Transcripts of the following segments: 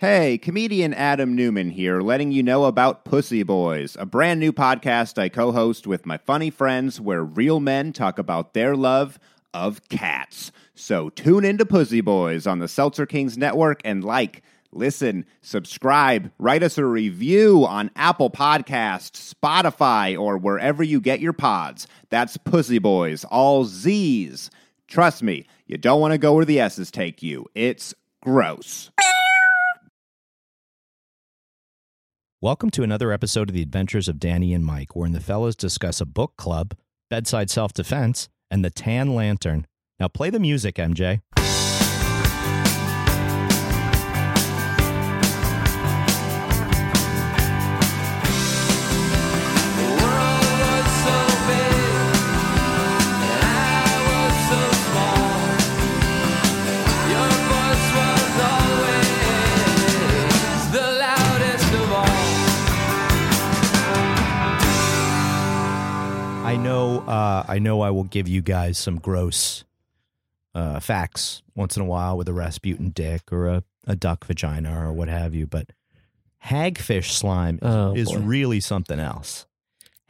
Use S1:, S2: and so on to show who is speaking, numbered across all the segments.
S1: Hey, comedian Adam Newman here, letting you know about Pussy Boys, a brand new podcast I co host with my funny friends where real men talk about their love of cats. So tune into Pussy Boys on the Seltzer Kings Network and like, listen, subscribe, write us a review on Apple Podcasts, Spotify, or wherever you get your pods. That's Pussy Boys, all Z's. Trust me, you don't want to go where the S's take you. It's gross.
S2: Welcome to another episode of The Adventures of Danny and Mike, wherein the fellows discuss a book club, bedside self defense, and the tan lantern. Now play the music, MJ. I know, uh, I know, I will give you guys some gross uh, facts once in a while with a Rasputin dick or a, a duck vagina or what have you, but hagfish slime
S3: Oh,
S2: is
S3: boy.
S2: really something else.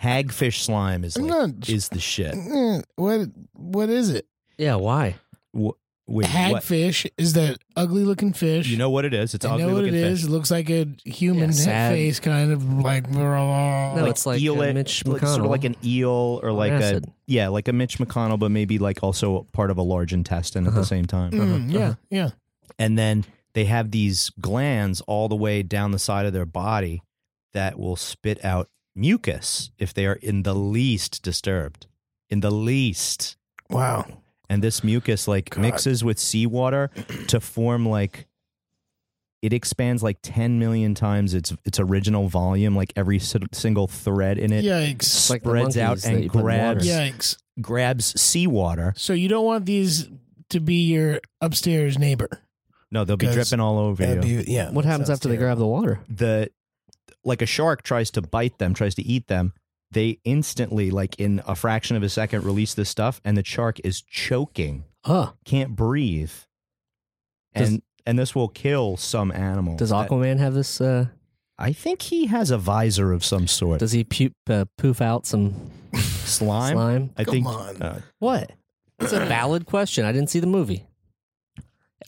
S2: Hagfish slime is
S4: I'm
S2: like,
S4: not-
S2: is the shit.
S4: Eh, What what is it?
S3: Yeah, why?
S2: Wh- Wait, what?
S4: Hagfish is that ugly looking fish.
S2: You know what it is? It's
S4: I
S2: ugly
S4: know what it
S2: looking
S4: is.
S2: fish.
S4: It looks like a human
S3: Yeah, sad.
S4: face, kind of like.
S3: No, it's like
S2: eel-
S3: uh, Mitch
S2: like
S3: McConnell.
S2: sort of like an eel or
S3: on
S2: like
S3: acid.
S2: a yeah, like a Mitch McConnell, but maybe like also part of a large intestine at
S3: Uh-huh.
S2: the same time.
S4: Mm, yeah,
S3: uh-huh.
S4: yeah.
S2: And then they have these glands all the way down the side of their body that will spit out mucus if they are in the least disturbed, in the least.
S4: Wow.
S2: And this mucus like
S4: God.
S2: mixes with seawater to form like it expands like 10 million times its its original volume like every si- single thread in it
S4: Yikes.
S3: It's like the
S2: spreads out
S3: monkeys that
S2: and
S3: you put in water.
S2: grabs-
S4: Yikes.
S2: grabs seawater.
S4: So you don't want these to be your upstairs neighbor.
S2: No, they'll be
S4: 'Cause
S2: dripping all over you.
S4: That'd be- yeah.
S3: What
S4: that
S3: happens
S4: sounds
S3: after they
S4: terrible.
S3: grab the water?
S2: the like a shark tries to bite them, tries to eat them. They instantly, like in a fraction of a second, release this stuff, and the shark is choking,
S3: Huh.
S2: can't breathe,
S3: Does-
S2: and and this will kill some animal.
S3: Does
S2: That-
S3: Aquaman have this? Uh,
S2: I think he has a visor of some sort.
S3: does he pu- uh, poof out some
S2: slime?
S3: slime?
S2: I
S4: Come
S2: think.
S4: on.
S2: uh,
S3: What? It's a valid question. I didn't see the movie,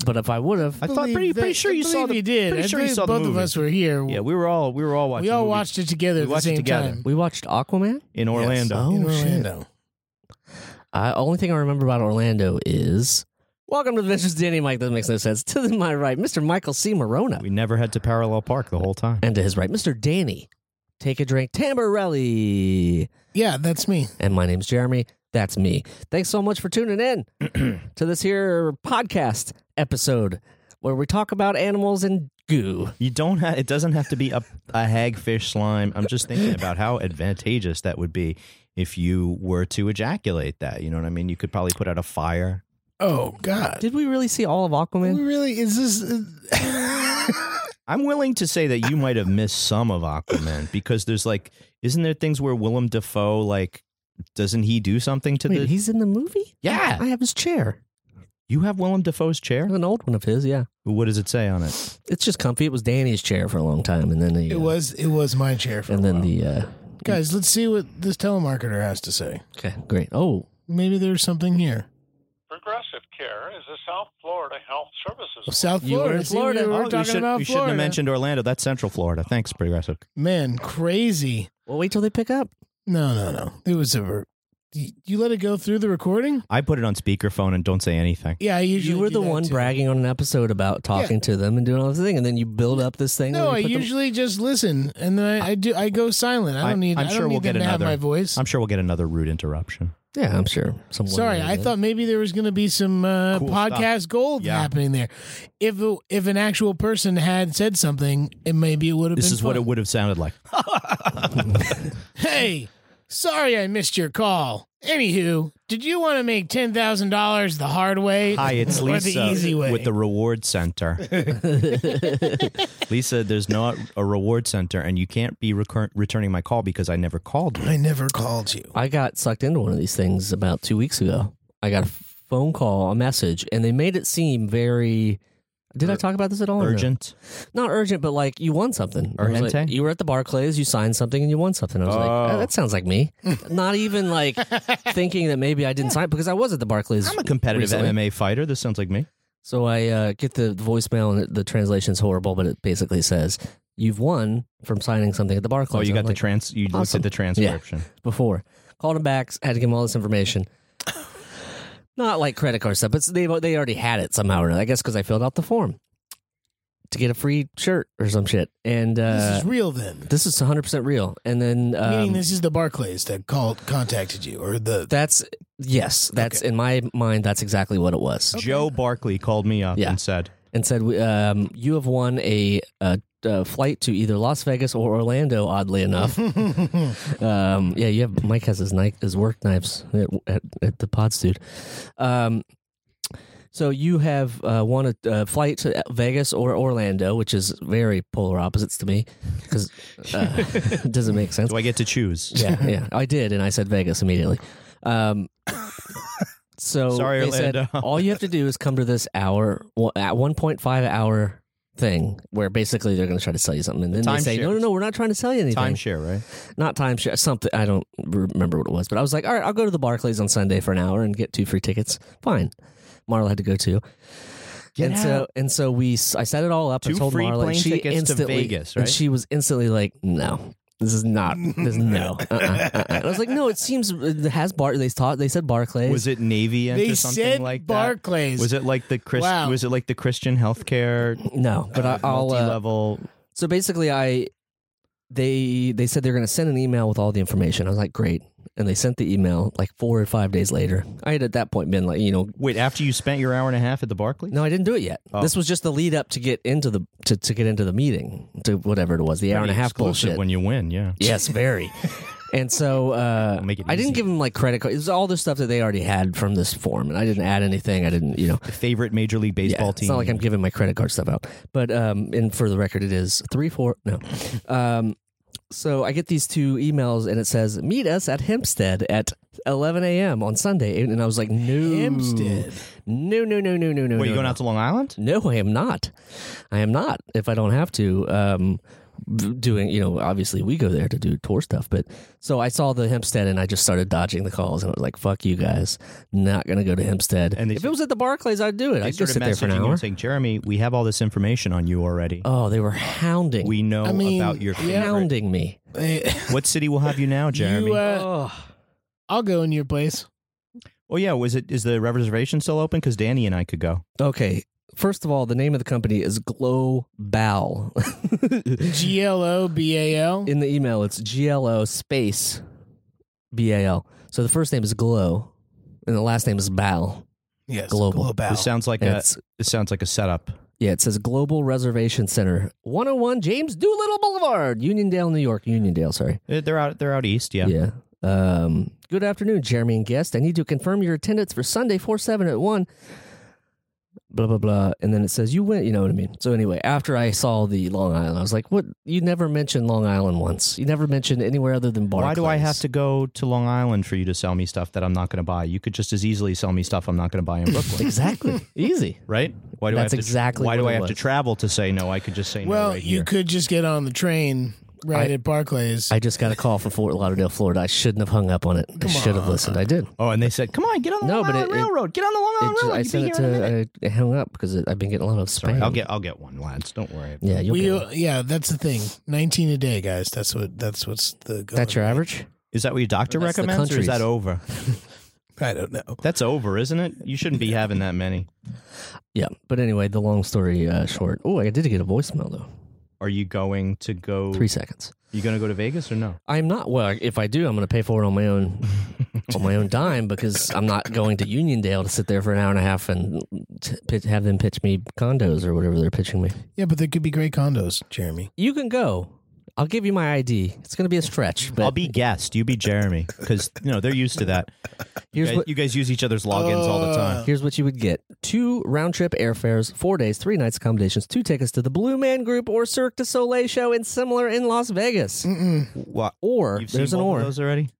S3: but if I would have,
S2: I thought
S4: Believe
S2: pretty,
S4: that-
S2: pretty sure
S4: I
S2: you saw
S4: believe
S2: the.
S4: you did.
S2: pretty
S4: I
S2: sure you
S4: think
S2: saw the
S4: both of
S2: movie.
S4: us were here.
S2: Yeah, we were all we were all watching.
S4: we all
S2: the movie
S4: watched it together
S2: We
S4: at the
S2: watched it
S4: same
S2: together.
S4: time.
S3: we watched Aquaman.
S2: in Orlando.
S3: Oh,
S4: in
S3: shit.
S4: Orlando.
S3: I only thing I remember about Orlando is welcome to Adventures of Danny and Mike. That makes no sense. To my right, Mr. Michael C. Morona,
S2: We never had to parallel park the whole time.
S3: and to his right, Mr. Danny. Take a drink, Tamborelli.
S4: Yeah, that's me.
S3: and my name's Jeremy. That's me. Thanks so much for tuning in to this here podcast episode where we talk about animals and goo.
S2: You don't have. It doesn't have to be a a hagfish slime. I'm just thinking about how advantageous that would be if you were to ejaculate that. You know what I mean? You could probably put out a fire.
S4: Oh God.
S3: Did we really see all of
S4: We
S3: Aquaman?
S4: really is uh, this.
S2: I'm willing to say that you might have missed some of Aquaman because there's like, isn't there things where Willem Dafoe like, doesn't he do something to
S3: Wait,
S2: the?
S3: he's in the movie?
S2: Yeah.
S3: I have his chair.
S2: You have Willem Dafoe's
S3: I
S2: chair.
S3: have an old one of his, yeah.
S2: What does it say on it?
S3: It's just comfy. It was Danny's chair for a long time and then the
S4: It
S3: uh,
S4: was it was my chair for
S3: and
S4: a
S3: then
S4: while.
S3: the uh
S4: guys. Let's see what this telemarketer has to say.
S3: Okay, great. Oh,
S4: Maybe there's something here.
S5: Progressive Care is a South Florida health services.
S4: Oh, South
S3: You
S4: Florida.
S3: were in
S4: see, we
S3: Florida.
S4: We're
S2: Oh, you
S4: talking
S2: should-
S4: about
S2: you shouldn't
S4: Florida.
S2: have mentioned Orlando. That's Central Florida. Thanks, Progressive.
S4: Man, crazy.
S3: well wait till they pick up.
S4: No, no, no. It was a. ver- You you let it go through the recording?
S2: I put it on speakerphone and don't say anything.
S4: Yeah, I usually.
S3: You were
S4: do
S3: the
S4: that,
S3: one
S4: too.
S3: bragging on an episode about talking to them and doing all this thing, and then you build up this thing.
S4: No,
S3: where
S4: I
S3: you put them-
S4: usually just listen, and then I, I do. I go silent. I
S2: I-
S4: don't need.
S2: I'm
S4: I do not
S2: sure
S4: need
S2: we'll
S4: them
S2: get
S4: to have
S2: another-
S4: my voice.
S2: I'm sure we'll get another rude interruption.
S3: Yeah, I'm sure. Someone
S4: Sorry,
S3: will,
S4: I
S3: yeah.
S4: thought maybe there was going to be some uh,
S2: Cool
S4: podcast gold
S2: Yeah.
S4: happening there. If it- if an actual person had said something, it maybe it would have.
S2: This
S4: been
S2: is what
S4: fun.
S2: it would have sounded like.
S4: Hey, sorry I missed your call. Anywho, did you want to make ten thousand dollars the hard way?
S2: Hi, it's
S4: or
S2: Lisa
S4: the easy way.
S2: with the reward center. Lisa, there's not a reward center, and you can't be recur- returning my call because I never called you.
S4: I never called you.
S3: I got sucked into one of these things about two weeks ago. I got a phone call, a message, and they made it seem very. Did I talk about this at all? or no?
S2: Urgent.
S3: Not urgent, but like you won something. I was like-
S2: Urgente?
S3: you were at the Barclays, you signed something, and you won something. I was like,
S2: Oh.
S3: "Oh, that sounds like me. Not even like thinking that maybe I didn't sign because I was at the Barclays.
S2: I'm a competitive
S3: recently.
S2: MMA fighter. This sounds like me.
S3: So I uh, get the voicemail, and the translation's horrible, but it basically says, You've won from signing something at the Barclays.
S2: Oh, you
S3: And I'm
S2: got the
S3: like,
S2: trans. You looked
S3: awesome.
S2: at the transcription.
S3: before. Called him back, had to give him all this information. Not like credit card stuff, but they they already had it somehow or another. I guess because I filled out the form to get a free shirt or some shit. And uh,
S4: this is real then.
S3: this is 100 percent real. And then um,
S4: Meaning this is the Barclays that called contacted you or the
S3: that's yes, that's in my mind. That's exactly what it was.
S2: Joe Barkley called me up
S3: Yeah.
S2: and said,
S3: and said, we- um, "You have won a, a, a flight to either Las Vegas or Orlando." Oddly enough, um, yeah, you have Mike has his knife, his work knives at, at, at the pods, dude. Um, so you have uh, won a, a flight to Vegas or Orlando, which is very polar opposites to me because uh, it doesn't make sense.
S2: "Do I get to choose?"
S3: Yeah, yeah, I did, and I said Vegas immediately. Um, so
S2: Sorry,
S3: they said,
S2: Orlando.
S3: all you have to do is come to this hour at one point five hour thing where basically they're going to try to sell you something, and then they say, no, no,
S2: timeshares.
S3: no, we're not trying to sell you anything.
S2: Timeshare, right?
S3: Not timeshare, something. I don't remember what it was, but I was like, all right, I'll go to the Barclays on Sunday for an hour and get two free tickets. Fine. Marla had to go too. and so and so we s- I set it all up.
S2: Two
S3: I told
S2: free
S3: Marla, and
S2: plane
S3: she
S2: tickets to
S3: instantly,
S2: Vegas,
S3: and
S2: right?
S3: she was instantly like, "No, this is not. This is no." Uh-uh, uh-uh. And I was like, "No, it seems it has Bar. They taught. They said Barclays.
S2: Was it Navy
S4: they
S2: or something
S4: said
S2: like that?
S4: Barclays.
S2: Was it like the Chris?
S4: Wow.
S2: Was it like the Christian healthcare
S3: no, but
S2: Oh,
S3: I, I'll. Uh,
S2: multi-level?
S3: so basically, I they they said they're going to send an email with all the information. I was like, "Great." And they sent the email like four or five days later. I had at that point been like, you know,
S2: Wait, after you spent your hour and a half at the Barclays?
S3: no, I didn't do it yet.
S2: Oh.
S3: This was just the lead up to get into the to, to get into the meeting to whatever it was, the hour and a half
S2: Exclusive
S3: bullshit.
S2: when you win. Yeah.
S3: Yes, very. and so uh,
S2: Make it
S3: I didn't
S2: easy.
S3: give him like credit card. It was all the stuff that they already had from this form, and I didn't add anything. I didn't, you know,
S2: The favorite Major League
S3: yeah,
S2: Baseball team.
S3: It's not like I'm giving my credit card stuff out. But um, and for the record, it is three four no. Um, so I get these two emails, and it says meet us at Hempstead at 11 a.m. on Sunday, and I was like, no,
S4: Hempstead.
S3: no, no, no, no, no, no.
S2: Wait, you
S3: no,
S2: going
S3: no.
S2: out to Long Island?
S3: No, I am not. I am not. If I don't have to, um, b- doing you know, obviously we go there to do tour stuff. But so I saw the Hempstead, and I just started dodging the calls, and I was like, "Fuck you guys, not gonna go to Hempstead."
S2: And
S3: And
S2: they
S3: if
S2: said-
S3: it was at the Barclays, I'd do it.
S2: They
S3: I'd
S2: started
S3: just sit there for an
S2: messaging you
S3: hour.
S2: and saying, Jeremy, we have all this information on you already.
S3: Oh, they were hounding,
S2: we know
S4: I mean,
S2: about your
S4: yeah.
S2: favorite.
S3: hounding me.
S4: Eh,
S2: What city will have you now, Jeremy?
S4: You, uh,
S3: Ugh.
S4: I'll go in your place.
S2: oh yeah, was it? Is the reservation still open? Because Danny and I could go.
S3: Okay. First of all, the name of the company is Global.
S4: G L O B A L.
S3: In the email, it's G L O space B A L. So the first name is Glow, and the last name is Bal.
S4: Yes,
S3: Global.
S4: Global.
S2: This sounds like
S3: Yeah,
S2: a.
S3: it's-
S2: This sounds like a setup.
S3: yeah, it says Global Reservation Center, 101 James Doolittle Boulevard, Uniondale, New York. Uniondale, sorry.
S2: Eh, They're out. They're out east. Yeah.
S3: Yeah. Um, good afternoon, Jeremy and guest. I need to confirm your attendance for Sunday 4 7 at 1. Blah, blah, blah. And then it says, you went, you know what I mean? So, anyway, after I saw the Long Island, I was like, what? You never mentioned Long Island once. You never mentioned anywhere other than Barclays.
S2: Why do I have to go to Long Island for you to sell me stuff that I'm not going to buy? You could just as easily sell me stuff I'm not going to buy in Brooklyn,
S3: Exactly. Easy.
S2: right? Why do
S3: That's
S2: I have
S3: exactly
S2: To, why do
S3: what
S2: I
S3: it
S2: have to
S3: was.
S2: travel to say no? I could just say
S4: Well,
S2: no right
S4: you
S2: here.
S4: could just get on the train right
S3: I-
S4: at Barclays.
S3: I just got a call from Fort Lauderdale, Florida. I shouldn't have hung up on it. I should have listened. I did.
S2: oh, and they said, "Come on, get on the
S3: No,
S2: Long
S3: but
S2: Island
S3: it- it-
S2: Railroad. Get on the Long
S3: It
S2: Island
S3: ju-
S2: Railroad.
S3: I
S2: You'll be
S3: sent it
S2: here in a minute."
S3: to I hung up because I've been getting a lot of spam.
S2: Sorry, I'll get I'll get one, lads. Don't worry.
S3: yeah, you'll
S4: we,
S3: get it.
S4: yeah, that's the thing. Nineteen a day, guys. That's what. That's what's the. Going.
S3: That's your average.
S2: Is that what your doctor
S3: That's the
S2: recommends, or is that
S3: countries.
S2: over?
S4: I don't know.
S2: That's over, isn't it? You shouldn't be having that many.
S3: Yeah, but anyway, the long story uh, short. Oh, I did get a voicemail though.
S2: Are you going to go?
S3: Three seconds.
S2: You going to go to Vegas or no?
S3: I'm not. Well, if I do, I'm going to pay for it on my own, on my own dime because I'm not going to Uniondale to sit there for an hour and a half and t- pitch, have them pitch me condos or whatever they're pitching me.
S4: Yeah, but there could be great condos, Jeremy.
S3: You can go. I'll give you my ID. It's going to be a stretch, but
S2: I'll be guest. You be Jeremy, because you know they're used to that. You
S3: here's
S2: guys,
S3: what
S2: you guys use each other's logins all
S4: Uh,
S2: the time.
S3: Here's what you would get two round trip airfares, four days, three nights accommodations, two tickets to the Blue Man Group or Cirque du Soleil show and similar in Las Vegas.
S2: What?
S3: Or
S2: You've
S3: there's
S2: seen
S3: an
S2: both
S3: or.
S2: of those already.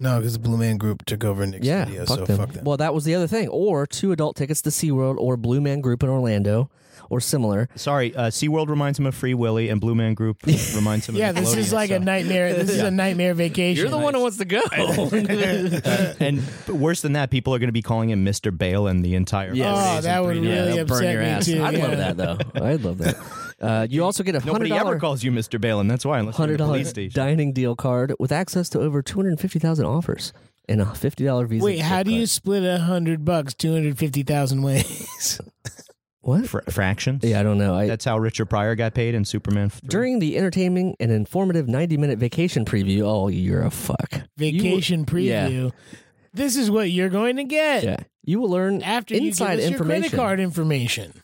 S4: No, because the Blue Man Group took over Nick's
S3: yeah,
S4: studio,
S3: fuck
S4: so
S3: them.
S4: fuck them.
S3: Well, that was the other thing. Or two adult tickets to SeaWorld or Blue Man Group in Orlando. or similar.
S2: Sorry, uh, SeaWorld reminds him of Free Willy, and Blue Man Group reminds him
S4: Yeah,
S2: of
S4: this is
S2: Nickelodeon,
S4: like a
S2: so-
S4: nightmare. This is a nightmare vacation.
S3: You're the one who wants to go.
S2: And worse than that, people are going to be calling him Mr. Bale and the entire
S3: Yes.
S2: holidays
S4: Oh,
S2: and
S4: that would
S2: three
S4: really
S2: days.
S3: yeah, that'll burn
S4: upset
S3: your
S4: me
S3: ass.
S4: too,
S3: I'd love
S4: yeah.
S3: that though. I'd love that. Uh, you also get a hundred
S2: Nobody ever
S3: dollar
S2: calls you Mr. Bale, and that's why unless you're
S3: hundred
S2: in a
S3: dollar
S2: police station.
S3: dining deal card with access to over two hundred fifty thousand offers and a fifty dollar visa.
S4: Wait, how
S3: gift
S4: do you
S3: card.
S4: split a hundred bucks two hundred fifty thousand ways?
S3: what?
S2: Fra- fractions.
S3: Yeah, I don't know. I,
S2: that's how Richard Pryor got paid in Superman. 3.
S3: during the entertaining and informative ninety minute vacation preview. Oh, you're a fuck.
S4: Vacation
S3: yeah.
S4: preview. This is what you're going to get
S3: Yeah, you will learn
S4: after
S3: inside
S4: you give us your credit
S3: information
S4: card information.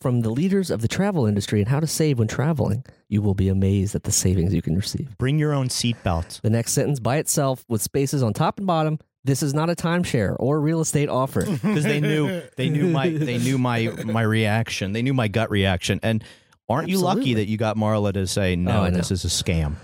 S3: from the leaders of the travel industry and how to save when traveling. You will be amazed at the savings you can receive.
S2: bring your own seatbelt.
S3: The next sentence by itself with spaces on top and bottom. This is not a timeshare or real estate offer.
S2: because they knew they knew my they knew my my reaction. They knew my gut reaction. And aren't you lucky
S3: Absolutely.
S2: that you got Marla to say
S3: Oh,
S2: no?
S3: I know.
S2: this is a scam.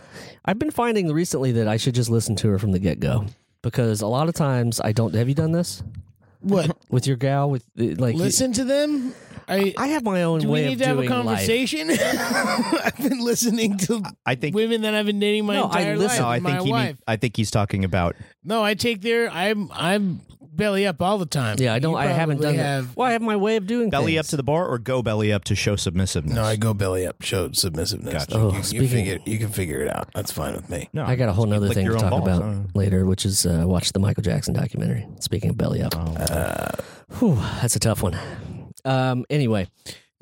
S3: I've been finding recently that I should just listen to her from the get go because a lot of times I don't. Have you done this
S4: What?
S3: with your gal? With the, like, you-
S4: Listen to them? Are you,
S3: I have my own
S4: do we
S3: way
S4: need
S3: of
S4: to have a
S3: doing life.
S4: conversation? I've been listening to
S2: I think
S4: women that I've been dating my
S3: No, I
S4: entire
S3: listen.
S4: life.
S2: no, I
S4: my
S2: think he
S4: wife.
S2: need, I think he's talking about
S4: no, I take their. I'm I'm belly up all the time.
S3: Yeah, I don't.
S4: You
S3: I haven't
S4: probably
S3: done
S4: have-
S3: that. Well, I have my way of doing
S2: belly
S3: things.
S2: up to the bar or go belly up to show submissiveness.
S4: No, I go belly up. Show submissiveness.
S2: Gotcha.
S3: Oh,
S4: You- you,
S3: speaking-
S4: figure, you can figure it out. That's fine with me.
S2: no,
S3: I got a whole nother
S2: lick
S3: thing
S2: your
S3: to
S2: own
S3: talk
S2: balls.
S3: about
S2: I don't know.
S3: later, which is uh, watch the Michael Jackson documentary. Speaking of belly up,
S4: Oh.
S3: uh, Whew, that's a tough one. Um, anyway,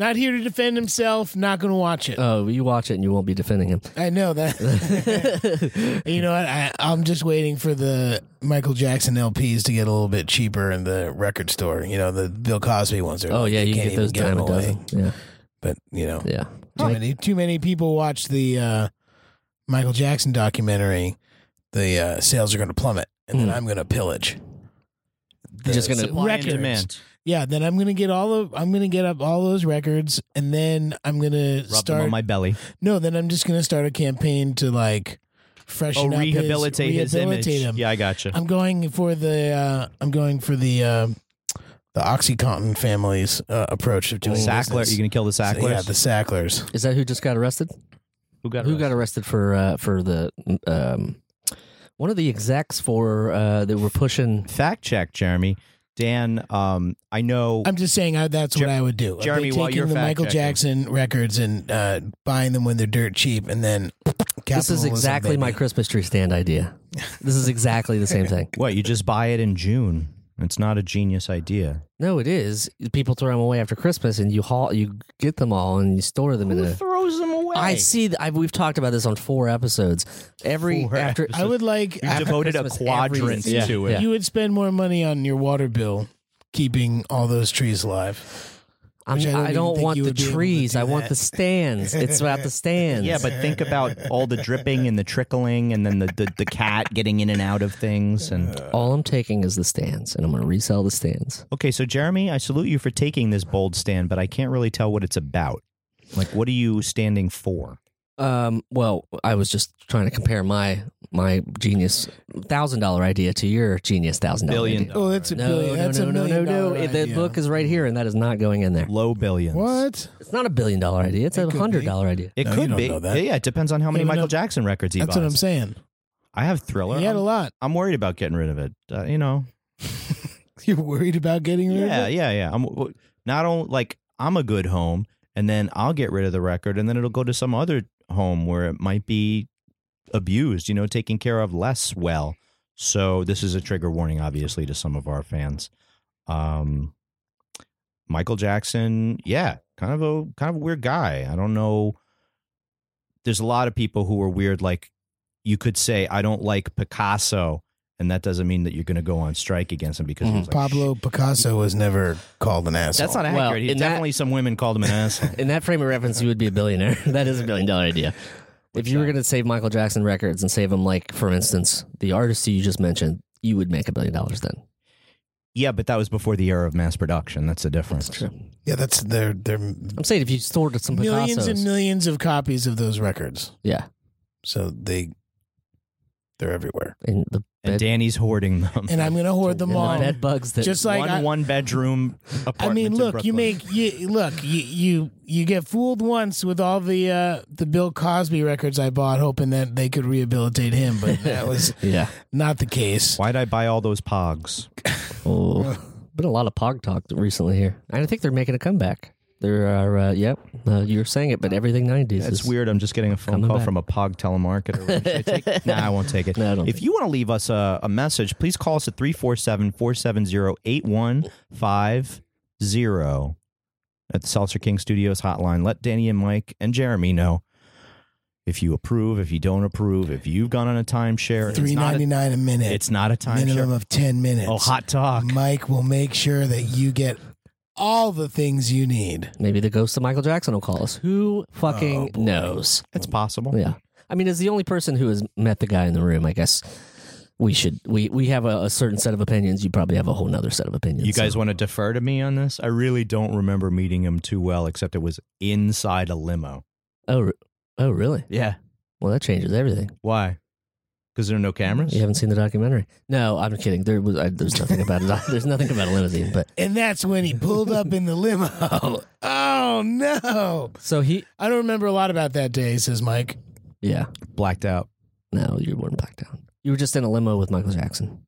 S4: Not here to defend himself. Not going to watch it.
S3: oh, you watch it and you won't be defending him. Oh,
S4: I know that. you know what? I, I'm just waiting for the Michael Jackson LPs to get a little bit cheaper in the record store. You know, the Bill Cosby ones are.
S3: Oh yeah,
S4: you
S3: you
S4: can't
S3: get those
S4: even
S3: dime
S4: them
S3: a
S4: away.
S3: dozen. Yeah,
S4: But you know,
S3: yeah.
S4: too many too many people watch the uh, Michael Jackson documentary. The uh, sales are going to plummet, and
S2: Hmm.
S4: then
S3: Mm.
S4: I'm going to pillage.
S3: You're just gonna
S2: Supply and
S4: records.
S2: demand.
S4: Yeah, then I'm gonna get all of I'm gonna get up all those records, and then I'm gonna
S2: Rub them
S4: start.
S2: on my belly.
S4: no, then I'm just gonna start a campaign to like freshen
S2: Oh,
S4: up his-
S2: rehabilitate his, image.
S4: rehabilitate him.
S2: Yeah, I gotcha.
S4: I'm going for the uh, I'm going for the uh, the OxyContin family's uh, approach of doing
S2: Sackler,
S4: business.
S2: you gonna kill the
S4: So,
S2: Sacklers?
S4: yeah, the Sacklers.
S3: Is that who just got arrested?
S2: who got
S3: Who got arrested for uh, for the um, one of the execs for uh, that were pushing?
S2: fact check, Jeremy? Dan, um, I know
S4: I'm just saying I, that's
S2: Jer-
S4: what I would do. I'd be
S2: Jeremy,
S4: taking
S2: while you're
S4: the Michael
S2: fact-checking.
S4: Jackson records and uh, buying them when they're dirt cheap, and then
S3: This is
S4: capitalism,
S3: exactly my
S4: baby.
S3: Christmas tree stand idea. This is exactly the same thing.
S2: what you just buy it in June. It's not a genius idea.
S3: No, it is. People throw them away after Christmas, and you haul, you get them all, and you store them in a.
S2: throws them away?
S3: I see. That, I, we've talked about this on four episodes. Every
S2: Four
S3: after
S2: episodes.
S4: I would like
S2: You
S4: I-
S2: devoted a
S3: Christmas
S2: quadrant
S3: every-
S2: to
S3: Yeah.
S2: it.
S4: you would spend more money on your water bill keeping all those trees alive.
S3: I'm,
S4: Which I don't
S3: I
S4: even
S3: don't
S4: think
S3: want
S4: you
S3: the
S4: would be able to
S3: trees.
S4: do
S3: I want
S4: that.
S3: the stands. It's about the stands.
S2: Yeah, but think about all the dripping and the trickling, and then the, the, the cat getting in and out of things. And
S3: all I'm taking is the stands, and I'm going to resell the stands.
S2: okay, so Jeremy, I salute you for taking this bold stand, but I can't really tell what it's about. Like, what are you standing for?
S3: Um, well, I was just trying to compare my my genius thousand dollar idea to your genius thousand dollar
S2: Billion
S3: idea.
S2: dollar.
S4: Oh, that's a
S3: No,
S4: billion.
S3: no,
S4: that's
S3: no,
S4: a
S3: no,
S4: million
S3: no, no.
S4: dollar
S3: The
S4: idea.
S3: book is right here, and that is not going in there.
S2: Low billions.
S4: What?
S3: It's not a billion dollar idea. It's a
S4: could
S3: hundred
S4: be.
S3: dollar idea.
S2: It
S4: No, you
S2: could
S4: don't
S2: be.
S4: know that.
S2: Yeah, yeah, it depends on how many
S4: Yeah, but
S2: Michael
S4: no-
S2: Jackson records he
S4: That's
S2: buys.
S4: what I'm saying.
S2: I have Thriller.
S4: He had a
S2: I'm,
S4: lot.
S2: I'm worried about getting rid of it. Uh, you know.
S4: You're worried about getting rid
S2: Yeah,
S4: of it?
S2: yeah, yeah. I'm not only like I'm a good home, and then I'll get rid of the record, and then it'll go to some other home where it might be abused, you know, taken care of less well. So this is a trigger warning, obviously, to some of our fans. Um, Michael Jackson, yeah, kind of a kind of a weird guy. I don't know. There's a lot of people who are weird. Like you could say, I don't like Picasso, and that doesn't mean that you're going to go on strike against him because he
S3: Mhm.
S2: was like,
S4: Pablo Picasso was never called an asshole.
S2: that's not accurate.
S3: Well,
S2: He
S3: in that-
S2: definitely some women called him an asshole.
S3: In that frame of reference, you would be a billionaire. that is a billion dollar idea. If you were going to save Michael Jackson records and save them, like for instance, the artist who you just mentioned, you would make a billion dollars then.
S2: yeah, but that was before the era of mass production. That's the difference.
S3: That's true.
S4: yeah, that's they're they're
S3: I'm saying if you stored some
S4: millions
S3: Picassos,
S4: and millions of copies of those records.
S3: yeah,
S4: So they They're everywhere.
S3: And the
S2: And
S3: bed,
S2: Danny's hoarding them.
S4: And I'm gonna hoard them
S3: and the
S4: all.
S3: bed bugs that
S4: Just like
S2: one
S4: I,
S2: one bedroom apartment.
S4: I mean,
S2: in
S4: look, you
S2: Brooklyn.
S4: make you look you you you get fooled once with all the uh, the Bill Cosby records I bought, hoping that they could rehabilitate him, but that was
S3: yeah.
S4: not the case.
S2: Why'd I buy all those pogs?
S3: Oh, been a lot of pog talk recently here, and I think they're making a comeback. There are, uh, yep, uh, you were saying it, but everything nineties.
S2: That's weird. I'm just getting a phone
S3: Coming
S2: call
S3: back.
S2: from a pog telemarketer. Should I take- nah, I won't take it.
S3: No, I don't
S2: if you want to leave us a, a message, please call us at 347 470 8150 at the Seltzer King Studios hotline. Let Danny and Mike and Jeremy know if you approve, if you don't approve, if you've gone on a timeshare. It's
S4: Three
S2: not
S4: ninety
S2: a,
S4: nine a minute.
S2: it's not a timeshare.
S4: minimum of ten minutes.
S2: Oh, hot talk.
S4: Mike will make sure that you get all the things you need.
S3: Maybe the ghost of Michael Jackson will call us. Who
S2: Oh,
S3: fucking knows?
S2: It's possible.
S3: Yeah, I mean, as the only person who has met the guy in the room, I guess we should we we have a, a certain set of opinions. You probably have a whole nother set of opinions.
S2: You guys
S3: so-
S2: want to defer to me on this? I really don't remember meeting him too well, except it was inside a limo.
S3: oh, re- oh, really?
S2: Yeah.
S3: Well, that changes everything.
S2: Why? Because there are no cameras?
S3: You haven't seen the documentary? No, I'm kidding. There was I, there's nothing about it. There's nothing about a limousine, but
S4: And that's when he pulled up in the limo. Oh no!
S3: so he,
S4: I don't remember a lot about that day. Says Mike.
S3: yeah.
S2: Blacked out.
S3: No, you weren't blacked out. You were just in a limo with Michael Jackson.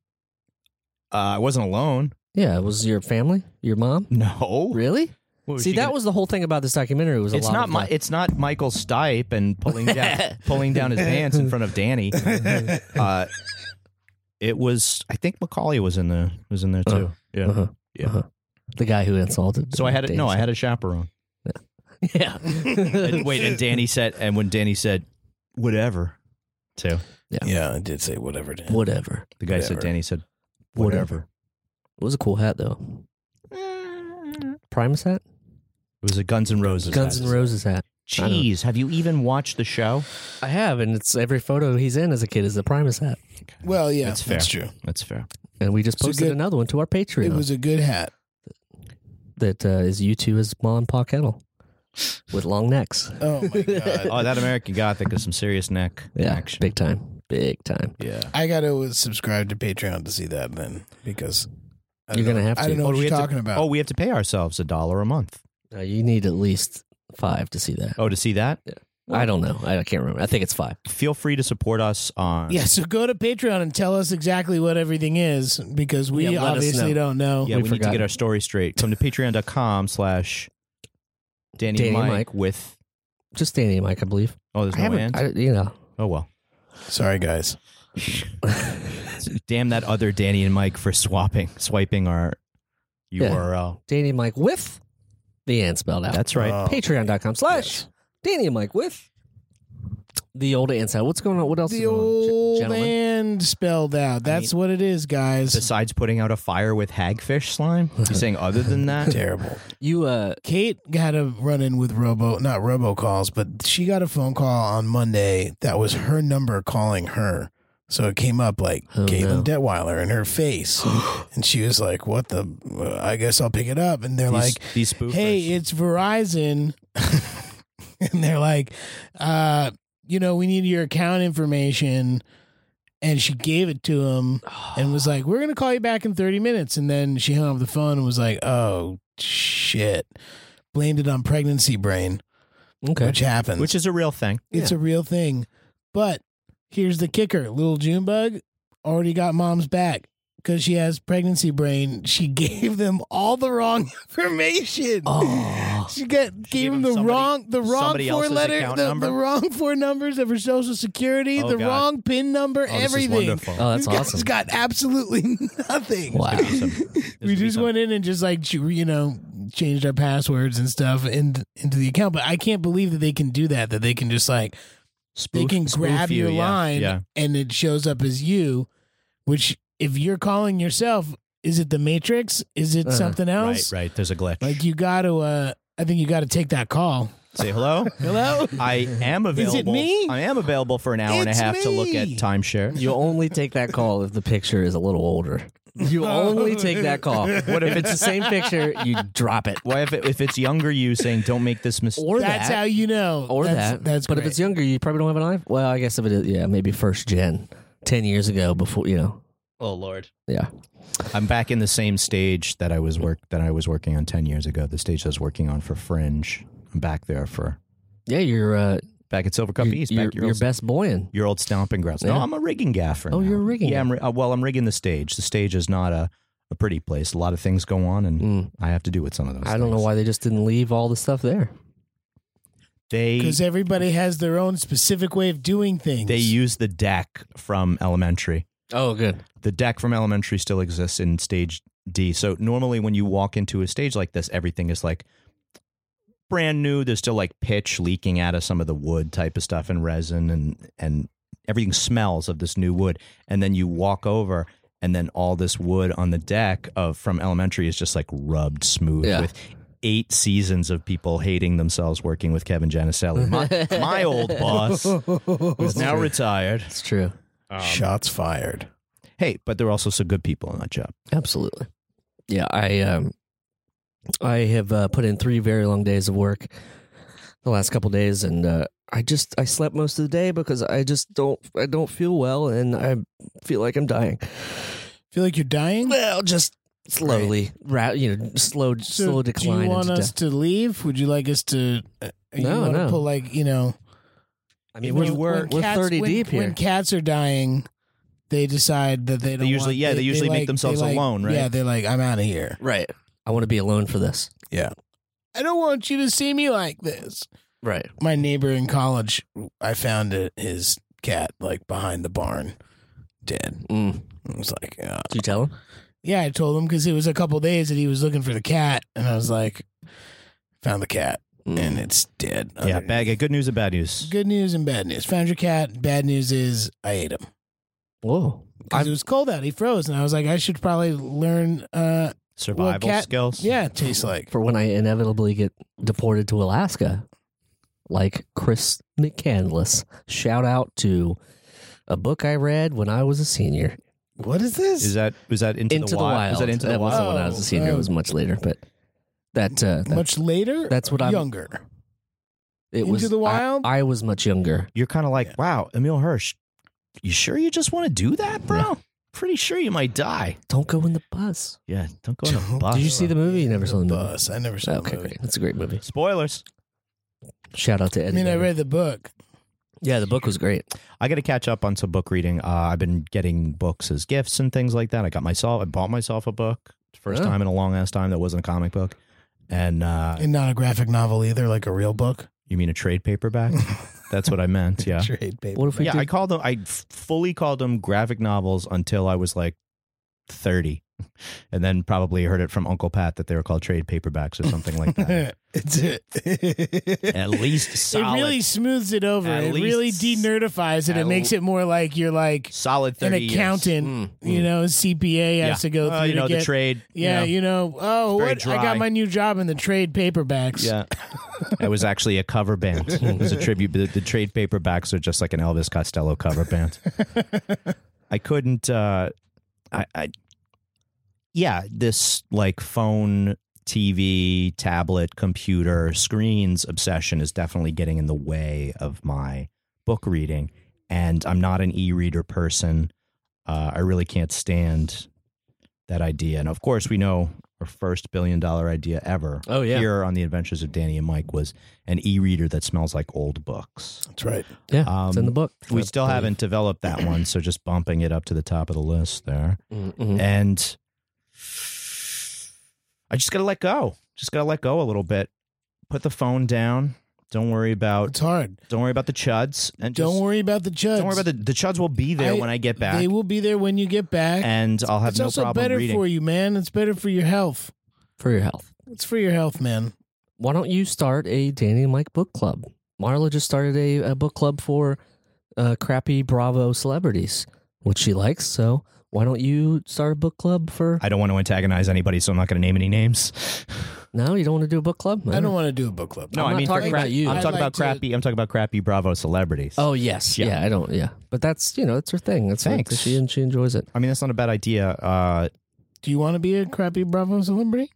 S2: Uh, I wasn't alone.
S3: Yeah, it was your family, your mom.
S2: No.
S3: Really?
S2: What Oh,
S3: See,
S2: she
S3: that
S2: gonna-
S3: was the whole thing about this documentary. Was a
S2: It's
S3: lot
S2: not
S3: of
S2: my,
S3: the-
S2: it's not Michael Stipe and pulling down pulling down his pants in front of Danny. Uh, it was I think Macaulay was in the was in there too.
S3: Uh,
S2: yeah.
S3: uh-huh,
S2: Yeah.
S3: uh-huh. the guy who insulted.
S2: So I had a, no, I
S3: Davis.
S2: had a chaperone.
S3: yeah.
S2: And wait, and Danny said and when Danny said whatever too.
S4: Yeah, I did say whatever. Dan.
S3: Whatever.
S2: The guy said
S4: Whatever.
S2: Danny said
S3: Whatever. It was a cool hat though. Primus hat.
S2: It was a Guns N' Roses.
S3: Guns N' Roses hat. I don't-
S2: Jeez, have you even watched the show?
S3: I have, and it's every photo he's in as a kid is a Primus hat,
S4: Well, yeah,
S2: That's
S4: that's,
S2: fair.
S4: true.
S2: That's fair.
S3: and we just
S4: It's a
S3: posted
S4: good-
S3: another one to our Patreon
S4: It was a good hat.
S3: that uh, is you two as Ma and Pa Kettle with long necks.
S4: Oh my god!
S2: Oh, that American Gothic is some serious neck
S3: Yeah,
S2: action.
S3: big time, big time.
S2: Yeah.
S4: I gotta subscribe to Patreon to see that then because I
S3: You're
S4: don't
S3: gonna
S4: know-
S3: have
S4: I
S3: to.
S4: don't know
S2: Oh,
S4: what
S2: do we
S4: you're
S2: have to-
S4: talking about.
S2: Oh, we have to pay ourselves a dollar a month.
S3: Uh, you need at least five to see that.
S2: Oh, to see that,
S3: I don't know. I can't remember. I think it's five.
S2: feel free to support us on.
S4: yeah. So go to Patreon and tell us exactly what everything is because we
S3: Yeah, let us
S4: obviously
S3: know.
S4: don't know.
S2: Yeah,
S3: We
S2: we, need to
S3: forgot.
S2: get our story straight. Come to patreon.com slash Danny,
S3: Danny
S2: Mike,
S3: Mike.
S2: with.
S3: Just Danny and Mike, I believe.
S2: Oh, there's
S3: I
S2: no
S3: haven't.
S2: and?
S3: I, you know,
S2: oh, well.
S4: Sorry, guys.
S2: Damn that other Danny and Mike for swapping, swiping our
S3: Yeah.
S2: URL.
S3: Danny and Mike with the and spelled out.
S2: That's right.
S4: Oh.
S3: Patreon.com slash Danny and Mike with the old and sound. What's going on? What else? is
S4: The
S3: going on, gen-
S4: old
S3: gentlemen?
S4: and spelled out. That's what it is, guys.
S2: Besides putting out a fire with hagfish slime, you saying other than that?
S4: Terrible.
S3: You uh,
S4: Kate got a run in with robo, not robocalls, but she got a phone call on Monday that was her number calling her. So it came up like
S3: Oh,
S4: Caitlin
S3: no.
S4: Detweiler in her face. and she was like, What the? uh, I guess I'll pick it up. And they're
S2: These-
S4: like,
S2: these spoofers.
S4: Hey, it's Verizon. and they're like, uh, You know, we need your account information. And she gave it to him
S3: oh,
S4: and was like, "We're gonna call you back in thirty minutes." And then she hung up the phone and was like, "Oh shit!" Blamed it on pregnancy brain,
S3: okay.
S4: which happens.
S2: which is a real thing.
S4: it's a real thing. But here's the kicker: little Junebug already got mom's back because she has pregnancy brain. She gave them all the wrong information.
S3: oh,
S4: She got, gave,
S2: gave
S4: him
S2: him
S4: the
S2: somebody-
S4: wrong the wrong
S2: somebody
S4: four
S2: else's
S4: letter
S2: account
S4: the,
S2: number?
S4: the wrong four numbers of her social security,
S2: Oh,
S4: the
S2: God.
S4: wrong pin number,
S2: Oh, this is
S4: everything.
S2: wonderful.
S3: oh, that's
S4: These guys
S3: awesome.
S4: got absolutely nothing.
S3: Wow.
S2: There's gonna be some- there's
S4: We
S2: gonna be
S4: just
S2: some-
S4: went in and just like you know changed our passwords and stuff in, into the account, but I can't believe that they can do that. That they can just like
S2: spoof,
S4: they can
S2: spoof
S4: grab
S2: you,
S4: your
S2: yeah,
S4: line
S2: Yeah,
S4: and it shows up as you. Which if you're calling yourself, is it the Matrix? Is it
S3: Uh-huh.
S4: something else?
S2: right, right. There's a glitch.
S4: Like you got to. uh I think you got to take that call.
S2: Say hello.
S4: Hello.
S2: I am available.
S4: me?
S2: I am available for an hour and a
S4: It's
S2: half to look at
S4: me.
S2: timeshare.
S3: You only take that call if the picture is a little older. You only take that call. What if it's the same picture? You drop it.
S2: Why, if, it, if it's younger you saying, don't make this mistake.
S3: Or
S4: that's
S3: that.
S4: how you know.
S3: or
S4: that's,
S3: that.
S4: That's
S3: but
S4: great.
S3: if it's younger, you probably don't have an iPhone. Well, I guess if it is, yeah, maybe first gen ten years ago before you know.
S2: Oh Lord.
S3: Yeah.
S2: I'm back in the same stage that I was work that I was working on ten years ago. The stage I was working on for Fringe. I'm back there for
S3: Yeah, you're uh,
S2: back at Silver Cup
S3: you're,
S2: East.
S3: you're,
S2: back your,
S3: you're
S2: old,
S3: best boying.
S2: your old stomping grounds. No,
S3: Yeah.
S2: I'm a rigging gaffer.
S3: Oh,
S2: now.
S3: you're a rigging
S2: Yeah, I'm, ri- uh, well, I'm rigging the stage. The stage is not a, a pretty place. A lot of things go on, and
S3: Mm.
S2: I have to do with some of those.
S3: I don't know
S2: things.
S3: why they just didn't leave all the stuff there.
S2: they
S4: because everybody has their own specific way of doing things.
S2: they use the deck from Elementary.
S3: Oh, good.
S2: the deck from elementary still exists in stage D. So normally when you walk into a stage like this, everything is like brand new. There's still like pitch leaking out of some of the wood type of stuff and resin and and everything smells of this new wood. And then you walk over and then all this wood on the deck of from elementary is just like rubbed smooth
S3: Yeah.
S2: with eight seasons of people hating themselves working with Kevin Janicelli. My, my old boss who's now retired.
S3: It's true.
S4: shots fired.
S2: Hey, but there are also some good people in that job.
S3: Absolutely. Yeah, I um I have uh, put in three very long days of work the last couple days and uh I just I slept most of the day because I just don't I don't feel well and I feel like I'm dying.
S4: Feel like you're dying?
S3: Well, just slowly, ra- you know, slow
S4: So
S3: slow
S4: do
S3: decline
S4: you want
S3: into
S4: us
S3: death.
S4: to leave? Would you like us to? Uh, you
S3: No,
S4: wanna
S3: no.
S4: Pull like you know.
S3: I
S4: you
S3: mean,
S4: know,
S3: we're we're,
S4: when
S3: we're
S4: cats-
S3: 30
S4: when-
S3: deep here.
S4: When cats are dying, they decide that they don't.
S2: usually-
S4: want-
S2: yeah, they usually make
S4: like-
S2: themselves
S4: they like-
S2: alone, right?
S4: Yeah, they're like, I'm out of here.
S3: right. I want to be alone for this.
S4: I don't want you to see me like this.
S3: Right.
S4: My neighbor in college, I found it, his cat like behind the barn, dead.
S3: Mm.
S4: I was like, uh,
S3: Did you tell him?
S4: yeah, I told him because it was a couple days that he was looking for the cat, and I was like, found the cat
S3: Mm.
S4: and it's dead.
S2: Yeah,
S4: underneath.
S2: bad. Good news and bad news.
S4: Good news and bad news. Found your cat. Bad news is I ate him.
S3: Whoa.
S4: 'Cause it was cold out. He froze, and I was like, I should probably learn. uh
S2: Survival
S4: Well, cat-
S2: skills.
S4: Yeah, it tastes like.
S3: for when I inevitably get deported to Alaska, like Chris McCandless. Shout out to a book I read when I was a senior.
S4: What is this?
S2: Is that was that into,
S3: Into the,
S2: wi-
S3: Wild.
S2: Was that into the
S3: that
S2: wild?
S3: wasn't when I was
S4: Oh,
S3: a senior.
S4: oh.
S3: It was much later, but that, uh, that-
S4: Much later.
S3: that's what I'm-
S4: younger.
S3: it
S4: Into
S3: was
S4: the
S3: I-
S4: Wild?
S3: I, was much younger.
S2: You're kind of like,
S4: Yeah.
S2: wow, Emil Hirsch. You sure you just want to do that, bro? Pretty sure you might die.
S3: Don't go in the bus.
S2: Yeah, don't go on a
S4: Don't
S2: bus.
S3: Did you see the movie? You never saw the movie.
S4: bus. I never saw.
S3: Okay,
S4: the movie.
S3: great. That's a great movie.
S2: Spoilers.
S3: Shout out to Eddie.
S4: I mean, I
S3: Vedder.
S4: read the book.
S3: Yeah, the book was great.
S2: I got to catch up on some book reading. Uh, I've been getting books as gifts and things like that. I got myself. I bought myself a book. First
S3: Yeah.
S2: time in a long ass time that wasn't a comic book. And uh,
S4: And not a graphic novel either, like a real book.
S2: you mean a trade paperback? That's what I meant. Yeah.
S4: Trade paper.
S3: What if we
S2: yeah,
S3: did?
S2: I called them. I f- fully called them graphic novels until I was like thirty, and then probably heard it from Uncle Pat that they were called trade paperbacks or something like that.
S4: it's it.
S2: At least solid,
S4: It really smooths it over.
S2: At
S4: it
S2: least-
S4: really denerdifies it.
S2: at
S4: It makes
S2: l-
S4: it more like you're like
S2: solid
S4: an
S2: thirty. years.
S4: accountant.
S3: Mm, mm.
S4: You know, CPA
S2: Yeah.
S4: has to go through
S2: Uh, you know
S4: to get.
S2: the trade.
S4: yeah,
S2: you
S4: you know. Oh,
S2: Very
S4: what? I
S2: dry.
S4: got my new job in the trade paperbacks.
S2: know. yeah. it was actually a cover band. It was a tribute. The, the trade paperbacks are just like an Elvis Costello cover band. I couldn't. Uh, I, I, yeah, this like phone, TV, tablet, computer, screens obsession is definitely getting in the way of my book reading, and I'm not an e-reader person. Uh, I really can't stand that idea. And of course, we know our first billion-dollar idea ever
S3: Oh yeah.
S2: here on the Adventures of Danny and Mike was an e-reader that smells like old books.
S4: That's right.
S3: yeah.
S2: um,
S3: it's in the book. Mm-hmm.
S2: We still haven't developed that one, so just bumping it up to the top of the list there.
S3: Mm-mm.
S2: And I just got to let go. Just got to let go a little bit. Put the phone down. Don't worry about
S4: It's hard.
S2: don't worry about the chuds and
S4: Don't
S2: just,
S4: worry about the judge.
S2: don't worry about the the chuds will be there
S4: I-
S2: when I get back
S4: They will be there when you get back.
S2: and I'll have
S4: it's
S2: no
S4: also
S2: problem
S4: better
S2: reading.
S4: for you, man. It's better for your health.
S3: for your health.
S4: It's for your health, man.
S3: why don't you start a Danny and Mike book club? Marla just started a, a book club for uh, crappy Bravo celebrities, which she likes. So why don't you start a book club for?
S2: I don't want to antagonize anybody, so I'm not going to name any names.
S3: no, you don't want to do a book club.
S4: I don't want to do a book club.
S3: No, I'm I not mean for talking crap- about you.
S2: I'm
S4: I'd
S2: talking
S4: like
S2: about
S4: to-
S2: crappy. I'm talking about crappy Bravo celebrities.
S3: Oh yes,
S2: Yeah.
S3: yeah. I don't. Yeah, but that's you know that's her thing. That's what-
S2: Thanks.
S3: she and she enjoys it.
S2: I mean, that's not a bad idea. Uh,
S4: Do you want to be a crappy Bravo celebrity?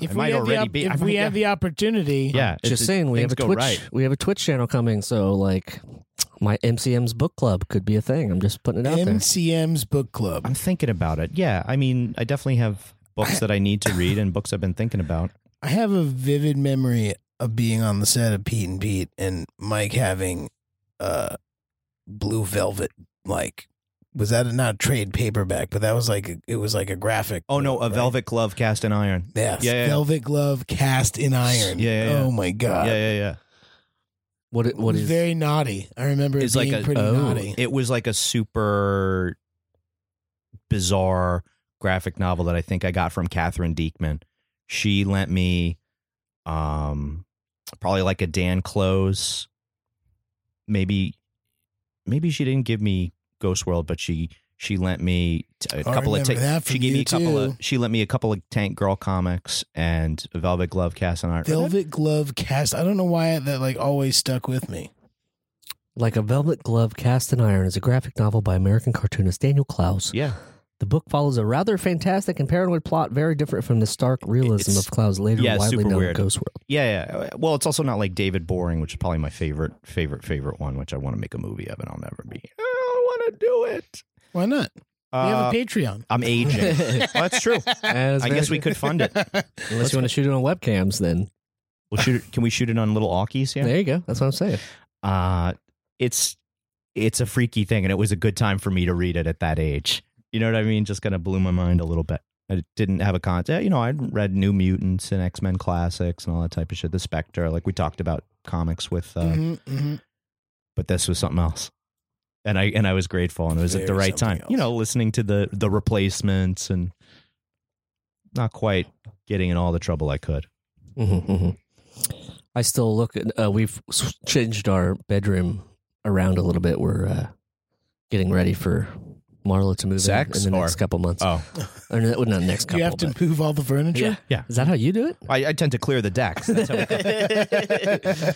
S4: If
S2: I might
S4: we have the
S2: already be-
S4: If
S2: I
S4: we
S2: might-
S4: have the opportunity,
S2: yeah,
S3: Just
S2: if
S3: saying, we have a
S2: things go
S3: Twitch.
S2: right.
S3: We have a Twitch channel coming. So like, my MCM's book club could be a thing. I'm just putting it out there.
S4: MCM's book club.
S2: I'm thinking about it. Yeah, I mean, I definitely have books that I need to read and books I've been thinking about.
S4: I have a vivid memory of being on the set of Pete and Pete and Mike having uh blue velvet like was that not a trade paperback, but that was like a, it was like a graphic.
S2: Oh no, a
S4: right?
S2: velvet glove cast in iron.
S4: Yes.
S2: Yeah, yeah, yeah.
S4: velvet glove cast in iron.
S2: Yeah, yeah, yeah.
S4: Oh my god.
S2: yeah, yeah, yeah.
S3: What it- what
S4: it was
S3: is
S4: very naughty. I remember it
S2: It's like
S4: being
S2: a-
S4: pretty
S3: oh,
S4: naughty.
S2: It was like a super bizarre graphic novel that I think I got from Catherine Deekman. She lent me um probably like a Dan Close. Maybe maybe she didn't give me Ghost World, but she she lent me t- a
S4: Oh, I
S2: couple of
S4: remember
S2: ta-
S4: that
S2: she
S4: from
S2: gave me
S4: you,
S2: a couple of
S4: too.
S2: she lent me a couple of Tank Girl comics and Velvet Glove Cast and Iron.
S4: Velvet glove cast. I don't know why that like always stuck with me.
S3: like a velvet glove cast in iron is a graphic novel by American cartoonist Daniel Klaus.
S2: Yeah.
S3: The book follows a rather fantastic and paranoid plot, very different from the stark realism
S2: It's-
S3: of Klaus' later
S2: yeah, it's
S3: widely
S2: super
S3: known
S2: weird.
S3: Ghost World.
S2: Yeah, yeah. Well, it's also not like David Boring, which is probably my favorite, favorite, favorite one, which I want to make a movie of, and I'll never be. I don't want to do it.
S4: Why not? we
S2: Uh,
S4: have a Patreon.
S2: I'm aging. well, that's true.
S3: And it's
S2: I
S3: very-
S2: guess we could fund it.
S3: unless you want to shoot it on webcams, then
S2: We'll shoot. It, can we shoot it on little Aukies? Yeah.
S3: there you go. That's what I'm saying.
S2: Uh, it's it's a freaky thing, and it was a good time for me to read it at that age. You know what I mean? Just kind of blew my mind a little bit. I didn't have a concept. You know, I'd read New Mutants and X Men classics and all that type of shit. The Spectre, like we talked about comics with. Uh,
S4: Mhm, mhm.
S2: but this was something else. And I and I was grateful, and it was at the
S4: Very
S2: right time.
S4: something
S2: You know, listening to the the replacements and not quite getting in all the trouble I could.
S3: Mhm, mhm. I still look at. Uh, we've s- changed our bedroom around a little bit. We're uh, getting ready for Marla to move
S2: Sex
S3: in, in the next
S2: or-
S3: couple months.
S2: Oh,
S3: Or no, well, not next couple.
S4: you have to
S3: but-
S4: move all the furniture.
S3: yeah,
S2: Yeah.
S3: Is that how you do it?
S2: I, I tend to clear the decks. That's how we
S3: Does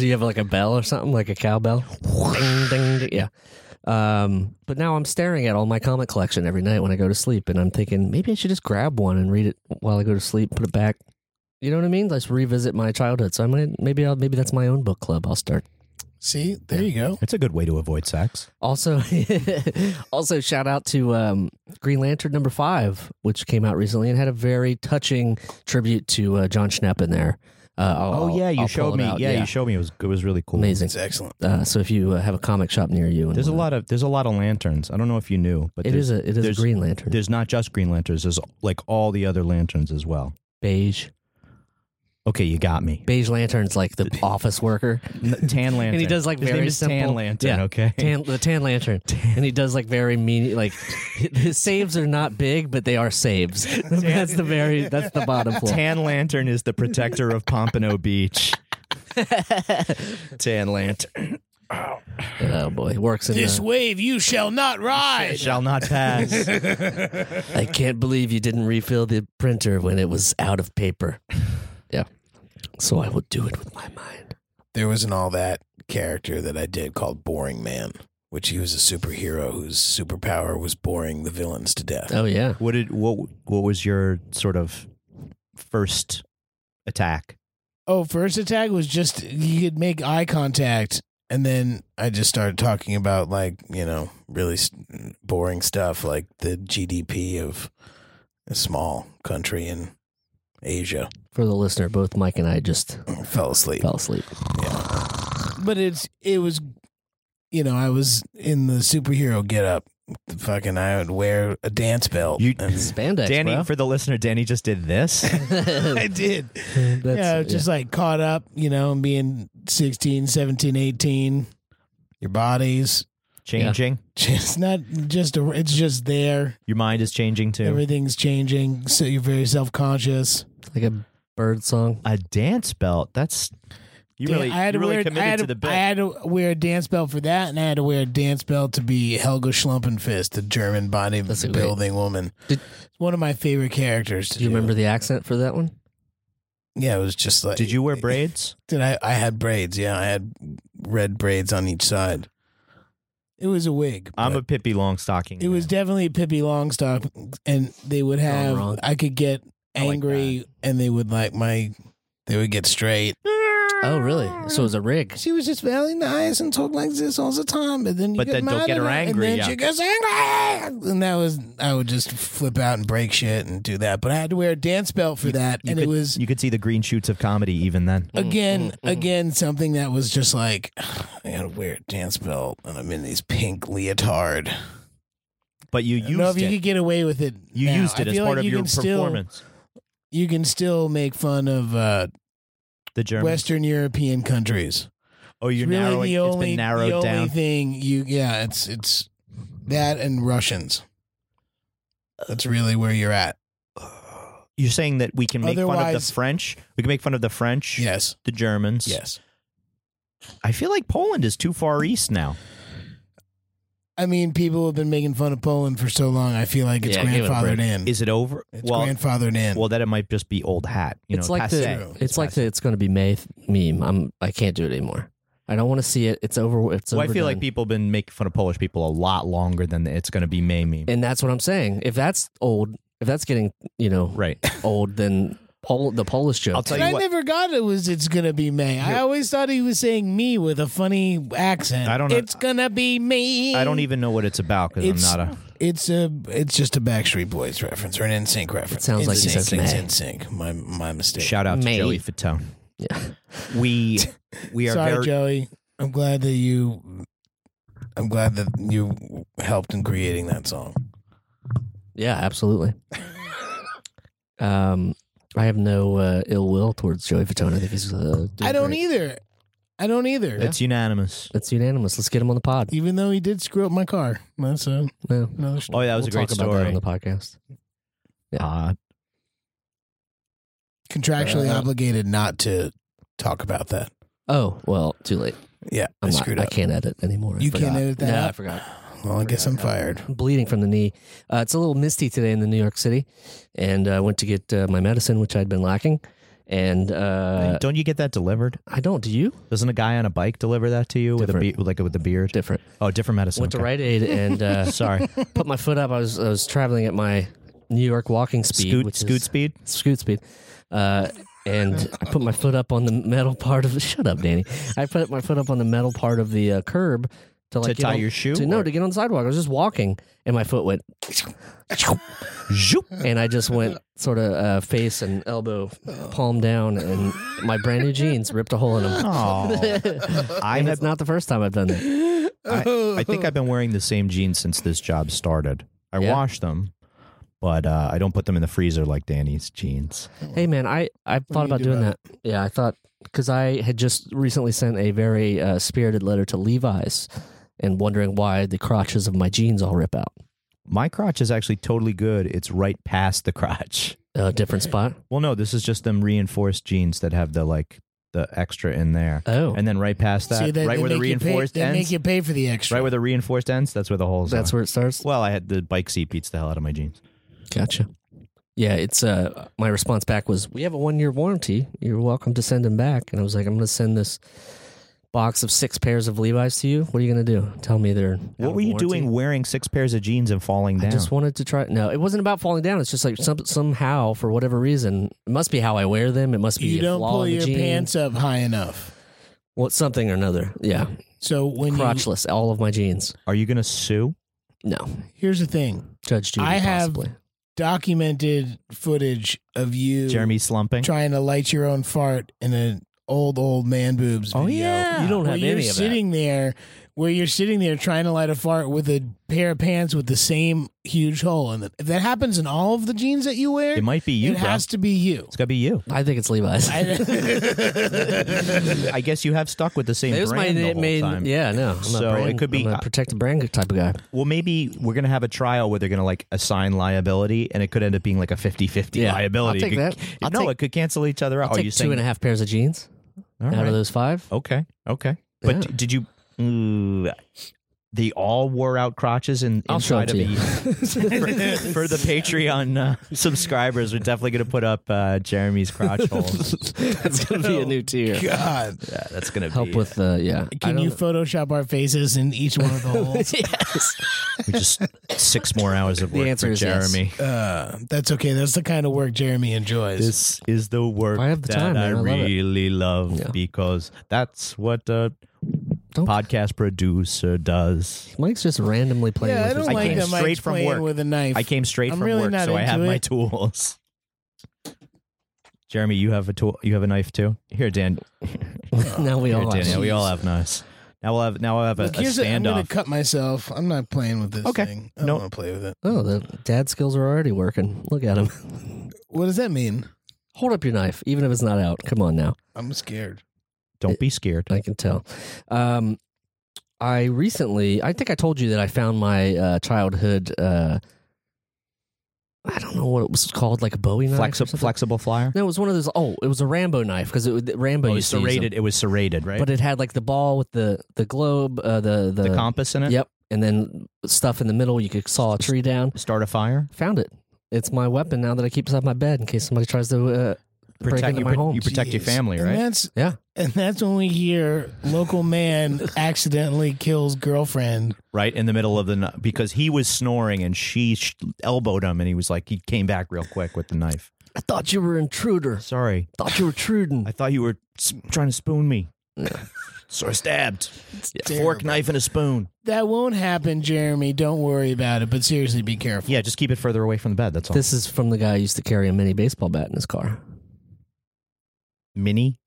S3: he have like a bell or something, like a cowbell? ding, ding, ding. Yeah. Um, but now I'm staring at all my comic collection every night when I go to sleep, and I'm thinking maybe I should just grab one and read it while I go to sleep, put it back. You know what I mean? Let's revisit my childhood. So I might maybe I'll maybe that's my own book club. I'll start.
S4: See, there you go.
S2: It's a good way to avoid sex.
S3: Also, also shout out to um, Green Lantern number five, which came out recently and had a very touching tribute to uh, John Schnepp in there. Uh, I'll- I'll- I'll pull it out.
S2: Oh, Yeah, you showed me. It was it was really cool.
S3: amazing.
S4: It's excellent.
S3: Uh, so if you uh, have a comic shop near you, and
S2: There's a
S3: wanna-
S2: lot of there's a lot of lanterns. I don't know if you knew, but
S3: It
S2: there's,
S3: is a it is
S2: there's-
S3: a Green Lantern
S2: there's not just green lanterns. There's like all the other lanterns as well.
S3: beige
S2: Okay, you got me.
S3: beige lantern's like the office worker,
S2: N- Tan lantern.
S3: and he does like
S2: His
S3: very
S2: name is Tan
S3: simple-
S2: Lantern.
S3: yeah,
S2: Okay.
S3: tan, the tan lantern, and he does like very meaning like his saves are not big, but they are saves. that's the very that's the bottom floor.
S2: Tan Lantern is the protector of Pompano Beach. Tan Lantern
S3: oh boy, works in
S4: This
S3: the-
S4: wave you shall not ride.
S2: shall not pass.
S3: I can't believe you didn't refill the printer when it was out of paper. Yeah, so I will do it with my mind.
S4: There was an all that character that I did called Boring Man, which he was a superhero whose superpower was boring the villains to death.
S3: Oh yeah,
S2: What did what what was your sort of first attack?
S4: Oh, first attack was just you could make eye contact, and then I just started talking about like you know really s- boring stuff like the GDP of a small country in Asia.
S3: for the listener, both Mike and I just
S4: I fell asleep,
S3: fell asleep.
S4: but it's it was you know I was in the superhero getup. Fucking, I would wear a dance belt.
S2: You-
S4: and-
S3: Spandex,
S2: Danny,
S3: bro.
S2: for the listener, Danny just did this.
S4: I did.
S3: That's-
S4: yeah, just like caught up, you know, and being 16, 17, 18. Your body's
S2: Changing.
S4: just not just a, it's just there.
S2: Your mind is changing too.
S4: Everything's changing, so you're very self conscious.
S3: like a bird song.
S2: a dance belt. That's you really, you really committed
S4: I had
S2: to
S4: to,
S2: the bit.
S4: I had to wear a dance belt for that, and I had to wear a dance belt to be Helga Schlumpenfist, the German
S3: That's a
S4: bodybuilding building woman.
S3: Did-
S4: it's one of my favorite characters. To
S3: Do you remember the accent for that one?
S4: Yeah, it was just like.
S2: Did you wear braids?
S4: Did I? I had braids. Yeah, I had red braids on each side. It was a wig.
S2: I'm
S4: but-
S2: a Pippi Longstocking.
S4: It was
S2: man.
S4: definitely Pippi Longstock, and they would have.
S3: wrong.
S4: I could get
S2: like
S4: angry, and they would like my. They would get straight.
S3: Oh, really? So it was a rig.
S4: She was just veiling the eyes and talk like this all the time. But then you
S2: But
S4: get
S2: then don't
S4: mad
S2: get
S4: at
S2: her angry,
S4: And then
S2: yeah.
S4: she gets angry. And that was, I would just flip out and break shit and do that. But I had to wear a dance belt for that.
S2: You
S4: and
S2: could, Mm,
S4: it was,
S2: you could see the green shoots of comedy even then.
S4: again, again, something that was just like, I gotta wear a dance belt and I'm in these pink leotard.
S2: But you
S4: I don't know if
S2: used
S4: you
S2: it.
S4: could get away with it.
S2: You
S4: now.
S2: used
S4: I
S2: it as
S4: feel
S2: part
S4: like
S2: of
S4: you
S2: your
S4: can still-
S2: performance.
S4: you can still make fun of uh,
S2: the German.
S4: Western European countries.
S2: oh, you're
S4: It's really
S2: narrowing.
S4: the only,
S2: it's been
S4: the
S2: narrowed
S4: only
S2: down.
S4: thing you yeah it's it's that and russians that's really where you're at
S2: You're saying that we can make fun of
S4: Otherwise-
S2: the French. We can make fun of the French.
S4: yes
S2: The Germans.
S4: yes
S2: I feel like Poland is too far east now.
S4: i mean people have been making fun of poland for so long i feel like it's
S3: Yeah, give it a
S4: grandfathered
S3: break.
S4: in
S2: Is it over?
S4: it's
S2: well,
S4: grandfathered in
S2: well, then it might just be old hat. You
S3: it's
S2: know,
S3: like
S2: passé.
S4: True.
S3: the it's like the it's going to be May th- meme. I'm I can't do it anymore. I don't want to see it. It's over. It's
S2: Well, I feel like
S3: overdone.
S2: people have been making fun of Polish people a lot longer than the it's going to be May meme.
S3: and that's what I'm saying. If that's old, if that's getting you know
S2: right.
S3: old, then Pol- the Polish joke.
S2: I'll tell
S4: and
S2: you
S4: i
S2: what.
S4: never got it was it's gonna be me i always thought he was saying me with a funny accent
S2: I don't know-
S4: it's gonna be me
S2: I don't even know what it's about because
S4: It's-
S2: I'm not a.
S4: It's a it's just a Backstreet Boys reference or an NSYNC reference.
S3: sounds like you
S4: NSYNC,
S3: said May.
S4: NSYNC. My my mistake.
S2: Shout out
S3: May.
S2: to Joey Fatone.
S3: Yeah.
S2: We we are
S4: Sorry,
S2: very
S4: Joey. I'm glad that you. I'm glad that you helped in creating that song.
S3: yeah, absolutely. um, I have no uh, ill will towards Joey Fatone. I think he's. Uh, doing
S4: I don't
S3: great.
S4: either. I don't either.
S2: it's unanimous.
S3: It's unanimous. Let's get him on the pod.
S4: Even though he did screw up my car. That's a,
S3: No,
S4: another story.
S2: Oh, yeah, that was
S3: we'll
S2: a great
S3: talk about that
S2: story.
S3: on the podcast. yeah.
S2: Uh,
S4: Contractually
S3: Uh,
S4: obligated not to talk about that.
S3: Oh well, too late.
S4: Yeah,
S3: I'm
S4: I
S3: not,
S4: screwed
S3: I
S4: up.
S3: can't edit anymore. I
S4: You
S3: forgot.
S4: can't edit that
S3: No, I
S4: out?
S3: forgot.
S4: Well, I guess I'm fired.
S3: I'm bleeding from the knee. Uh, it's a little misty today in the New York City, and I went to get uh, my medicine, which I'd been lacking. And uh,
S2: don't you get that delivered?
S3: I don't. Do you?
S2: Doesn't a guy on a bike deliver that to you with a
S3: Different.
S2: be- like with a beard?
S3: Different.
S2: oh, different medicine.
S3: Went to
S2: okay.
S3: Rite Aid and uh,
S2: Sorry,
S3: put my foot up. I was I was traveling at my New York walking speed,
S2: scoot
S3: which
S2: scoot
S3: is
S2: speed.
S3: scoot speed. Uh, and I put my foot up on the metal part of. Shut up, Danny. I put my foot up on the metal part of the uh, curb to like
S2: To
S3: get
S2: tie
S3: on-
S2: your shoe
S3: To, no,
S2: or-
S3: to get on the sidewalk. I was just walking, and my foot went,
S2: Zhoop.
S3: and I just went sort of uh, face and elbow, palm down, and my brand new jeans ripped a hole in them.
S2: Oh, I
S3: and
S2: have.
S3: it's not the first time I've done that.
S2: I, I think I've been wearing the same jeans since this job started. I
S3: Yeah.
S2: wash them, but uh, I don't put them in the freezer like Danny's jeans.
S3: Hey, man, I I thought about doing that. Yeah, I thought because I had just recently sent a very uh, spirited letter to Levi's, and wondering why the crotches of my jeans all rip out.
S2: My crotch is actually totally good. It's right past the crotch.
S3: Uh, different spot.
S2: Well, no, this is just them reinforced jeans that have the like the extra in there,
S3: Oh,
S2: and then right past that,
S4: See, they-
S2: right
S4: they
S2: where the
S4: make you pay-
S2: reinforced
S4: They
S2: ends,
S4: make you pay for the extra.
S2: right where the reinforced ends, that's where the holes.
S3: that's
S2: are.
S3: where it starts.
S2: Well, I had the bike seat beats the hell out of my jeans.
S3: Gotcha. Yeah, it's uh my response back was we have a one year warranty. You're welcome to send them back. And I was like, I'm gonna send this box of six pairs of Levi's to you. What are you gonna do? Tell me they're out
S2: What
S3: of
S2: were you
S3: warranty?
S2: doing wearing six pairs of jeans and falling
S3: I
S2: down?
S3: just wanted to try. No, it wasn't about falling down. It's just like some somehow for whatever reason, it must be how I wear them. It must be
S4: you
S3: a
S4: don't
S3: flaw
S4: pull
S3: in
S4: your
S3: the jean.
S4: pants up high enough.
S3: Well, something or another. Yeah,
S4: So when you,
S3: crotchless. All of my jeans.
S2: Are you gonna sue?
S3: No,
S4: here's the thing,
S3: Judge Judy.
S4: I have-
S3: possibly.
S4: documented footage of you
S2: Jeremy slumping.
S4: trying to light your own fart in an old old man boobs.
S2: Oh,
S4: video.
S2: yeah.
S3: You don't
S4: Where
S3: have
S4: you're
S3: any of that.
S4: sitting there, where you're sitting there trying to light a fart with a pair of pants with the same huge hole, and if that happens in all of the jeans that you wear,
S2: It might be you,
S4: it
S2: bro.
S4: has to be you.
S2: it's gotta be you.
S3: I think it's Levi's.
S4: I-
S2: I guess you have stuck with the same
S3: It was
S2: brand the
S3: my
S2: whole
S3: main.
S2: time.
S3: Yeah, no. I'm
S2: So
S3: a brand,
S2: it could be- Oh,
S3: I'm a protective brand type of guy.
S2: Well, maybe we're gonna have a trial where they're gonna like assign liability, and it could end up being like a 50-50
S3: Yeah.
S2: liability.
S3: I'll take
S2: It could-
S3: that. I'll
S2: no,
S3: take-
S2: it could cancel each other out.
S3: I'll
S2: Are
S3: take
S2: you
S3: two
S2: saying
S3: and a half pairs of jeans
S2: All
S3: out
S2: right. Oh.
S3: of those five.
S2: Okay, okay. But
S3: Yeah.
S2: d- did you? Mm, They all wore out crotches and
S3: I'll show it
S2: inside
S3: to
S2: of
S3: you.
S2: the for, for the Patreon uh, subscribers, we're definitely going to put up uh, Jeremy's crotch hole.
S3: That's gonna be a new tier.
S4: God.
S2: Yeah, that's going to
S3: Help
S2: be,
S3: with the yeah. I
S4: Can
S3: don't
S4: you
S3: know.
S4: Photoshop our faces in each one of the holes?
S3: yes.
S2: we just six more hours of
S3: The
S2: work
S3: answer
S2: for
S3: is yes.
S2: Jeremy.
S4: uh, that's okay. That's the kind of work Jeremy enjoys.
S2: This is the work
S3: If I have the
S2: that
S3: time,
S2: I,
S3: man, I love it.
S2: really love
S3: Yeah.
S2: because that's what a
S3: Don't-
S2: podcast producer does.
S3: Mike's just randomly playing.
S4: yeah, I
S3: with
S4: don't
S3: his
S4: like
S2: came
S3: mic.
S4: that
S2: straight
S4: Mike's
S2: from
S4: playing
S2: work.
S4: with a knife.
S2: I came straight
S4: I'm
S2: from
S4: really
S2: work,
S4: not
S2: so I have
S4: into
S2: my
S4: it.
S2: tools. Jeremy, you have a tool. You have a knife too. Here, Dan.
S3: now we
S2: Here,
S3: all
S2: Daniel.
S3: have.
S2: We all have knives. Now we'll have. Now we'll have a,
S4: Look,
S2: a
S4: here's a- I'm gonna
S2: standoff.
S4: cut myself. I'm not playing with this
S2: Okay.
S4: thing. I don't
S2: Nope.
S4: want to play with it.
S3: Oh, the dad skills are already working. Look at him.
S4: What does that mean?
S3: Hold up your knife, even if it's not out. Come on now.
S4: I'm scared.
S2: Don't be scared.
S3: I can tell. Um, I recently, I think I told you that I found my uh, childhood. Uh, I don't know what it was called, like a Bowie knife. or
S2: Flexi-
S3: something?
S2: flexible flyer.
S3: No, it was one of those. Oh, it was a Rambo knife because it would- Rambo
S2: Oh,
S3: used to use them.
S2: serrated. It was serrated, right?
S3: but it had like the ball with the the globe, uh, the the,
S2: the compass in it.
S3: Yep, and then stuff in the middle. You could saw a tree down.
S2: Start a fire.
S3: Found it. It's my weapon now that I keep beside my bed in case somebody tries to uh, break
S2: Protect
S3: into
S2: you.
S3: my home.
S2: you protect your
S4: Jeez.
S2: family,
S4: And
S2: right?
S4: that's
S3: Yeah.
S4: and that's when we hear local man accidentally kills girlfriend.
S2: Right in the middle of the night because he was snoring and she sh- elbowed him, and he was like, he came back real quick with the knife.
S3: I thought you were intruder.
S2: Sorry,
S3: Thought you were truding.
S2: I thought you were s- trying to spoon me. so I stabbed. Fork,
S4: terrible.
S2: knife, and a spoon.
S4: That won't happen, Jeremy. Don't worry about it. But seriously, be careful.
S2: Yeah, just keep it further away from the bed. That's all.
S3: This is from the guy who used to carry a mini baseball bat in his car,
S2: mini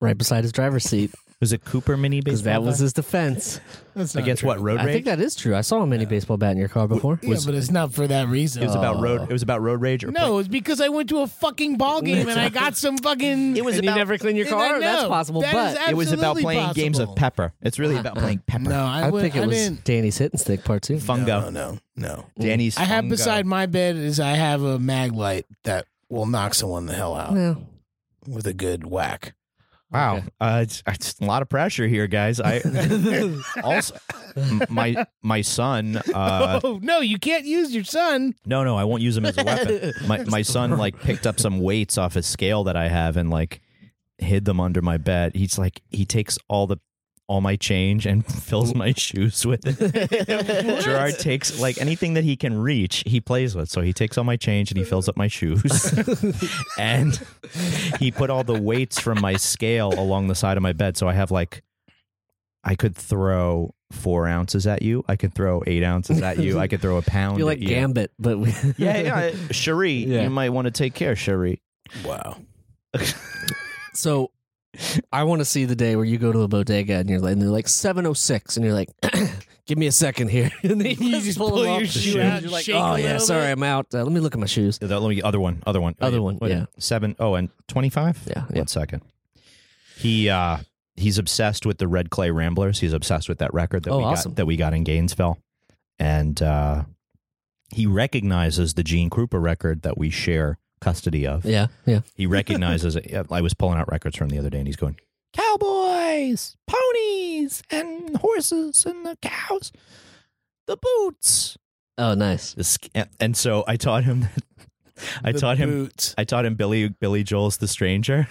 S3: right beside his driver's seat,
S2: was it Cooper mini
S3: because
S2: baseball?
S3: that was
S2: bat?
S3: his defense.
S4: That's not
S2: against
S4: true.
S2: what road
S3: I
S2: rage?
S3: think that is true. I saw a mini baseball bat in your car before.
S4: Yeah, but it's not for that reason. Oh.
S2: it was about road. It was about road rage. Or
S4: no, it's because I went to a fucking ball game and I got some fucking.
S2: It was
S3: And you
S2: about-
S3: never clean your
S4: And I
S3: car? That's
S4: know.
S3: possible,
S4: That
S3: but
S4: is
S2: it was about
S4: absolutely
S2: playing games of
S4: possible.
S2: pepper. It's really about playing pepper.
S4: No, I,
S3: I
S4: would,
S3: think it
S4: I
S3: was
S4: didn't.
S3: Danny's hit and stick part two.
S2: Fungo.
S4: No, no, no.
S2: Danny's.
S4: I have
S2: fungo.
S4: beside my bed is I have a mag light that will knock someone the hell out
S3: Well,
S4: with a good whack.
S2: Wow,
S3: Okay.
S2: uh, it's, it's a lot of pressure here, guys. I also m- my my son. Uh,
S4: oh no, you can't use your son.
S2: no, no, I won't use him as a weapon. My my son like picked up some weights off his scale that I have and like hid them under my bed. He's like he takes all the all my change and fills my shoes with it. Gerard takes like anything that he can reach, he plays with. So he takes all my change and he fills up my shoes. and he put all the weights from my scale along the side of my bed. So I have like I could throw four ounces at you. I could throw eight ounces at you. I could throw a pound.
S3: you're
S2: at
S3: like
S2: you.
S3: Gambit, but we-
S2: Yeah, yeah. Cherie,
S3: Yeah.
S2: you might want to take care, Cherie.
S4: Wow.
S3: So I want to see the day where you go to a bodega and you're like, and they're like 706, and you're like, give me a second here. and then
S4: You just pull
S3: them
S4: your
S3: off the
S4: shoe out,
S3: You're like,
S4: shake
S3: oh,
S4: a
S3: yeah,
S4: little
S3: sorry,
S4: bit."
S3: I'm out. Uh, let me look at my shoes.
S2: Let me other one. Other one.
S3: Other one, yeah.
S2: Seven. Oh, and twenty-five.
S3: Yeah, yeah.
S2: One second. He uh he's obsessed with the Red Clay Ramblers. He's obsessed with that record that
S3: Oh,
S2: we
S3: awesome.
S2: got that we got in Gainesville, and uh he recognizes the Gene Krupa record that we share custody of.
S3: Yeah, yeah.
S2: He recognizes it. Yeah, I was pulling out records from the other day, and he's going, "Cowboys, ponies, and horses, and the cows, the boots."
S3: Oh, nice.
S2: The sk- and- And so I taught him. That, I taught him.
S4: Boots.
S2: I taught him Billy Billy Joel's "The Stranger,"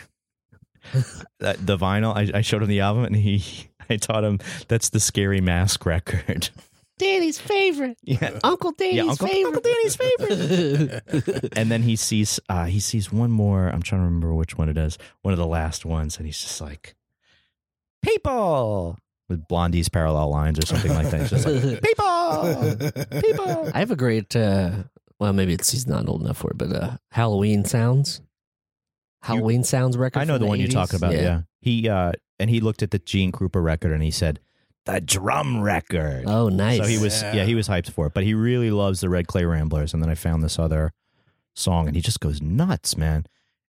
S2: that, the vinyl. I, I showed him the album, and he. I taught him that's the Scary Mask record.
S3: Danny's favorite.
S2: Yeah,
S3: Uncle Danny's
S2: Uncle- Uncle
S3: Danny's favorite.
S2: and then he sees uh, he sees one more. I'm trying to remember which one it is. One of the last ones, and he's just like, "People." With Blondie's parallel lines or something like that. He's just like, people, people.
S3: I have a great, uh, well, maybe it's he's not old enough for it, but uh, Halloween Sounds. Halloween Sounds record.
S2: I know
S3: from
S2: the, one you're
S3: 80s.
S2: talking about. Yeah. He uh, and he looked at the Gene Krupa record and he said, "The drum record."
S3: Oh, nice.
S2: So he was yeah. he was hyped for it, but he really loves the Red Clay Ramblers. And then I found this other song, and he just goes nuts, man.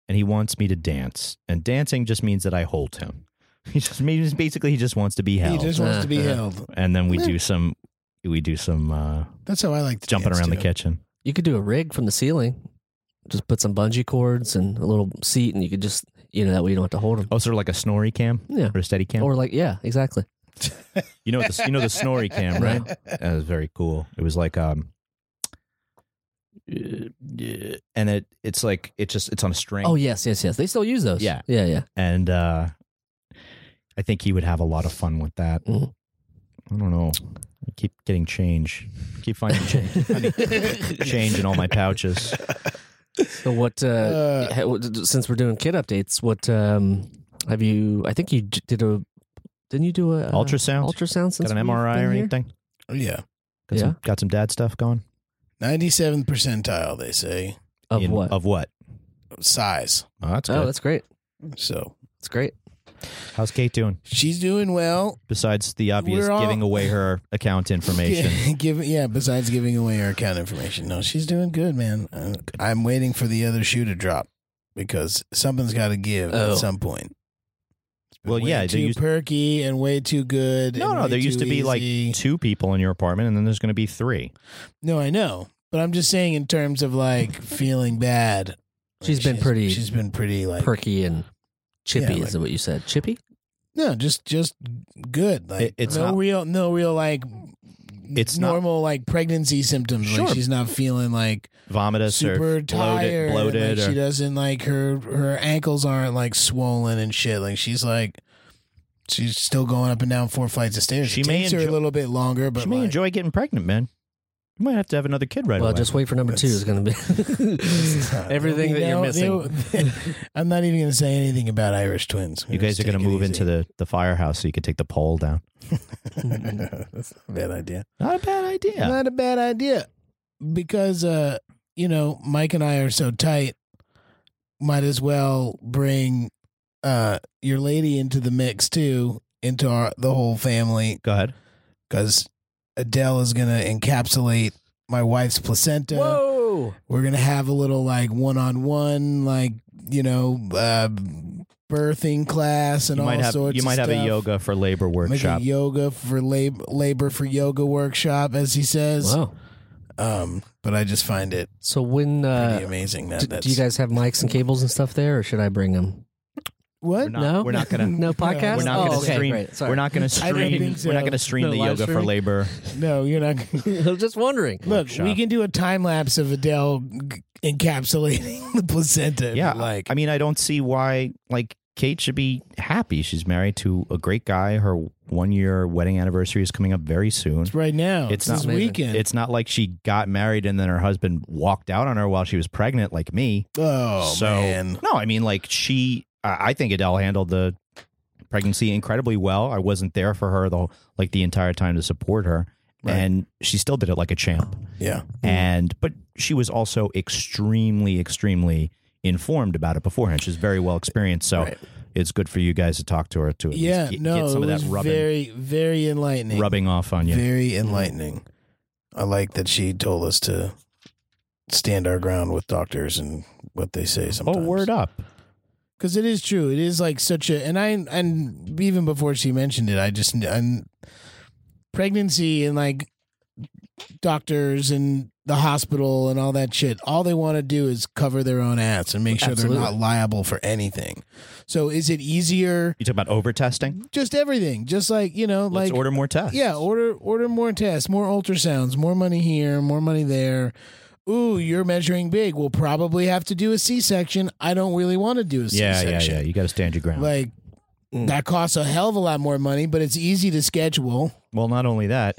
S2: And he wants me to dance, and dancing just means that I hold him. He just means basically he just wants to be
S4: He
S2: held,
S4: just wants to be held.
S2: and then we do some we do some uh,
S4: That's how I like to
S2: jumping
S4: dance,
S2: around the
S4: too.
S2: kitchen.
S3: You could do a rig from the ceiling. Just put some bungee cords and a little seat, and you could just, you know, that way you don't have to hold them.
S2: Oh, sort of like a snorri cam
S3: Yeah.
S2: or a steady cam.
S3: Or like, yeah, exactly.
S2: You know, the, you know the Snorri cam, right? That was very cool. It was like um, and it it's like it just it's on a string.
S3: Oh yes, yes, yes. They still use those.
S2: Yeah.
S3: yeah, yeah.
S2: and uh, I think he would have a lot of fun with that.
S4: Mm.
S3: Mhm.
S2: I don't know. I keep getting change. Keep finding change, keep finding change in all my pouches.
S4: Uh-huh.
S3: So what? Uh,
S4: Uh,
S3: ha- what- since we're doing kid updates, what um, have you? I think you j- did a. Didn't you do a uh,
S2: Ultrasound.
S3: Ultrasound since
S2: Got an
S3: we've
S2: MRI
S3: been
S2: or
S3: here?
S2: anything?
S4: yeah.
S2: Got some got some dad stuff going.
S4: 97th percentile, they say,
S3: Of
S2: In-
S3: what?
S2: Of what?
S4: size.
S2: Oh, that's
S3: oh,
S2: good.
S3: that's great.
S4: So
S3: That's great.
S2: How's Kate doing?
S4: she's doing well.
S2: Besides the obvious
S4: We're all-
S2: giving away her account information.
S4: Yeah, give, yeah, besides giving away our account information. No, she's doing good, man. Uh, I'm waiting for the other shoe to drop because something's got to give
S3: Oh.
S4: at some point. It's been
S2: Well,
S4: way
S2: yeah, there
S4: Too
S2: used-
S4: perky and way too good.
S2: No,
S4: and
S2: no,
S4: way
S2: there used
S4: too
S2: to be
S4: easy.
S2: like two people in your apartment, and then there's going to be three.
S4: No, I know. But I'm just saying in terms of like feeling bad. Like,
S3: She's been pretty
S4: She's been pretty like
S3: Perky and
S4: Yeah,
S3: chippy.
S4: like-
S3: is that what you said? Chippy.
S4: No, just just good. Like
S2: It- it's
S4: no
S2: not-
S4: real, no real like.
S2: It's not-
S4: normal like pregnancy symptoms.
S2: Sure.
S4: Like she's not feeling like
S2: Vomitous
S4: super
S2: or
S4: tired.
S2: bloated,
S4: and,
S2: bloated
S4: like,
S2: or
S4: she doesn't like her her ankles aren't like swollen and shit. Like she's like she's still going up and down four flights of stairs.
S2: She
S4: it
S2: may
S4: takes her
S2: enjoy-
S4: a little bit longer, but
S2: she may
S4: like,
S2: enjoy getting pregnant, man. You might have to have another kid right
S3: well,
S2: away.
S3: just wait for number two
S4: That's-
S3: is going to be everything that you're
S4: There'll be no-
S3: missing.
S4: there- I'm not even going to say anything about Irish twins.
S2: you guys are going to move into the, the firehouse so you can take the pole down.
S4: the. That's not a bad idea.
S2: Not a bad idea.
S4: Not a bad idea. Because uh, you know, Mike and I are so tight, might as well bring uh your lady into the mix too, into our the whole family
S2: Go ahead.
S4: cuz Adele is going to encapsulate my wife's placenta.
S3: Whoa!
S4: We're going to have a little like one-on-one like, you know, uh birthing class and
S2: you
S4: all
S2: might have
S4: sorts
S2: you
S4: of
S2: might have a
S4: stuff.
S2: yoga for labor workshop.
S4: Make a yoga for labor, labor for yoga workshop, as he says.
S3: Wow.
S4: Um, but I just find it
S3: So when
S4: pretty
S3: uh,
S4: amazing that
S3: d-
S4: that's
S3: do you guys have mics and cables and stuff there, or should I bring them?
S2: We're
S4: what?
S2: not,
S3: no,
S2: we're not gonna
S3: no podcast.
S2: we're not gonna
S3: oh, okay,
S2: stream
S3: great. Sorry.
S2: we're not gonna
S4: I don't
S2: stream
S4: think so.
S2: we're not gonna stream
S3: No
S2: the
S3: live
S2: yoga for
S3: streaming?
S2: labor.
S4: No, you're not.
S3: I was just wondering.
S4: Look, we
S2: Workshop.
S4: can do a time lapse of Adele g- encapsulating the placenta. if
S2: yeah,
S4: you like
S2: I mean, I don't see why like Kate should be happy. She's married to a great guy. Her one year wedding anniversary is coming up very soon.
S4: it's right now.
S2: It's
S4: It's,
S2: not
S4: this
S3: amazing.
S4: weekend.
S2: It's not like she got married and then her husband walked out on her while she was pregnant, like me.
S4: oh
S2: so
S4: man,
S2: no, I mean, like she. I I think Adele handled the pregnancy incredibly well. I wasn't there for her the whole- like the entire time to support her,
S4: Right. Mm-hmm.
S2: and she still did it like a champ.
S4: yeah,
S2: And but she was also extremely, extremely informed about it beforehand. She's very well experienced, so
S4: Right.
S2: it's good for you guys to talk to her to at least
S4: yeah.
S2: get,
S4: no,
S2: get some
S4: it
S2: of that
S4: was
S2: rubbing,
S4: very, very enlightening.
S2: rubbing off on you.
S4: Very enlightening. I like that she told us to stand our ground with doctors and what they say. Sometimes.
S2: Oh, word up!
S4: because it is true. It is like such a and I and even before she mentioned it, I just I'm, pregnancy and like doctors and the hospital and all that shit. All they want to do is cover their own ass and make sure
S3: Absolutely.
S4: they're not liable for anything. So is it easier?
S2: You talk about overtesting.
S4: Just everything, just like you know,
S2: Let's
S4: like
S2: order more tests.
S4: yeah, order order more tests, more ultrasounds, more money here, more money there. Ooh, you're measuring big. We'll probably have to do a C-section. I don't really want to do a
S2: yeah,
S4: C-section.
S2: yeah, yeah. You got to stand your ground.
S4: Like
S2: Mm.
S4: that costs a hell of a lot more money, but it's easy to schedule.
S2: well, not only that.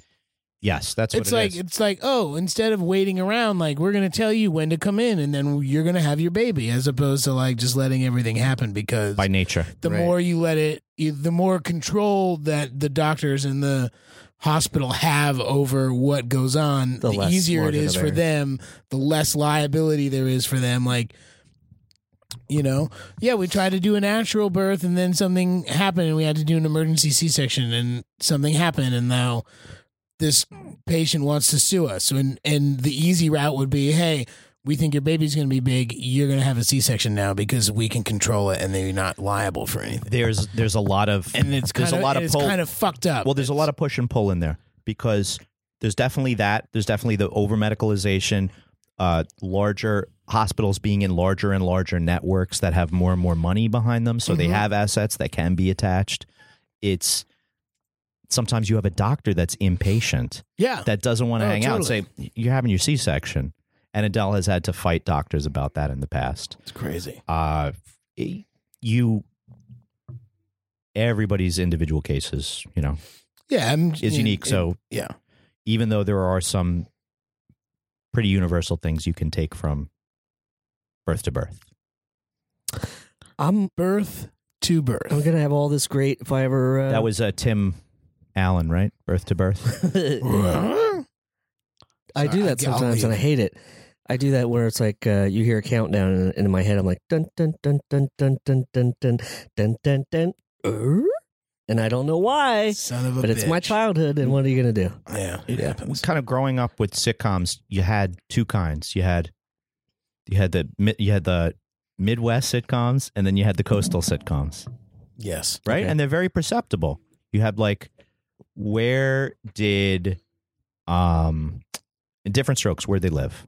S2: Yes, that's what
S4: it's
S2: it
S4: like
S2: is.
S4: it's like oh, instead of waiting around, like we're gonna tell you when to come in, and then you're gonna have your baby, as opposed to like just letting everything happen because
S2: by nature.
S4: the
S3: Right.
S4: more you let it, you, the more control that the doctors and the hospital have over what goes on, the,
S3: The less
S4: easier it
S3: margin
S4: is
S3: of
S4: for
S3: error.
S4: them, the less liability there is for them. Like, you know, yeah, we tried to do a natural birth and then something happened and we had to do an emergency C section and something happened and now this patient wants to sue us. And, and the easy route would be, hey, we think your baby's going to be big. You're going to have a C section now because we can control it and they're not liable for anything.
S2: There's there's a lot of
S4: And it's kind
S2: there's
S4: of,
S2: a lot
S4: and
S2: of
S4: it's
S2: pull.
S4: kind of fucked up.
S2: Well, there's a lot of push and pull in there because there's definitely that. There's definitely the over medicalization, uh, larger hospitals being in larger and larger networks that have
S4: Mm-hmm.
S2: more and more money behind them. So they have assets that can be attached. It's sometimes you have a doctor that's impatient
S4: Yeah.
S2: that doesn't want to
S4: Oh,
S2: hang out and say you're having your c-section and adele has had to fight doctors about that in the past
S4: It's crazy.
S2: uh y- you everybody's individual cases you know
S4: Yeah. I'm,
S2: is unique so
S4: yeah.
S2: even though there are some pretty universal things you can take from birth to birth
S3: I'm
S4: Birth to birth.
S3: I'm gonna have all this great if I ever. Uh,
S2: that was uh, tim allen right birth to birth
S3: I do
S4: Sorry,
S3: that
S4: I- I'll
S3: sometimes, and I
S4: leave.
S3: hate it. I do that where it's like uh, you hear a countdown, and, and in my head, I'm like dun dun dun dun dun dun dun dun dun dun dun, er? and I don't know why,
S4: Son of a
S3: but it's my
S4: bitch.
S3: childhood, and what are you gonna do?
S4: Yeah. It happens.
S2: kind of growing up with sitcoms you had two kinds you had you had the mi- you had the midwest sitcoms and then you had the coastal sitcoms
S4: Yes.
S2: right?
S3: Okay.
S2: And they're very perceptible. You have like, where did, um, in different strokes, where they live?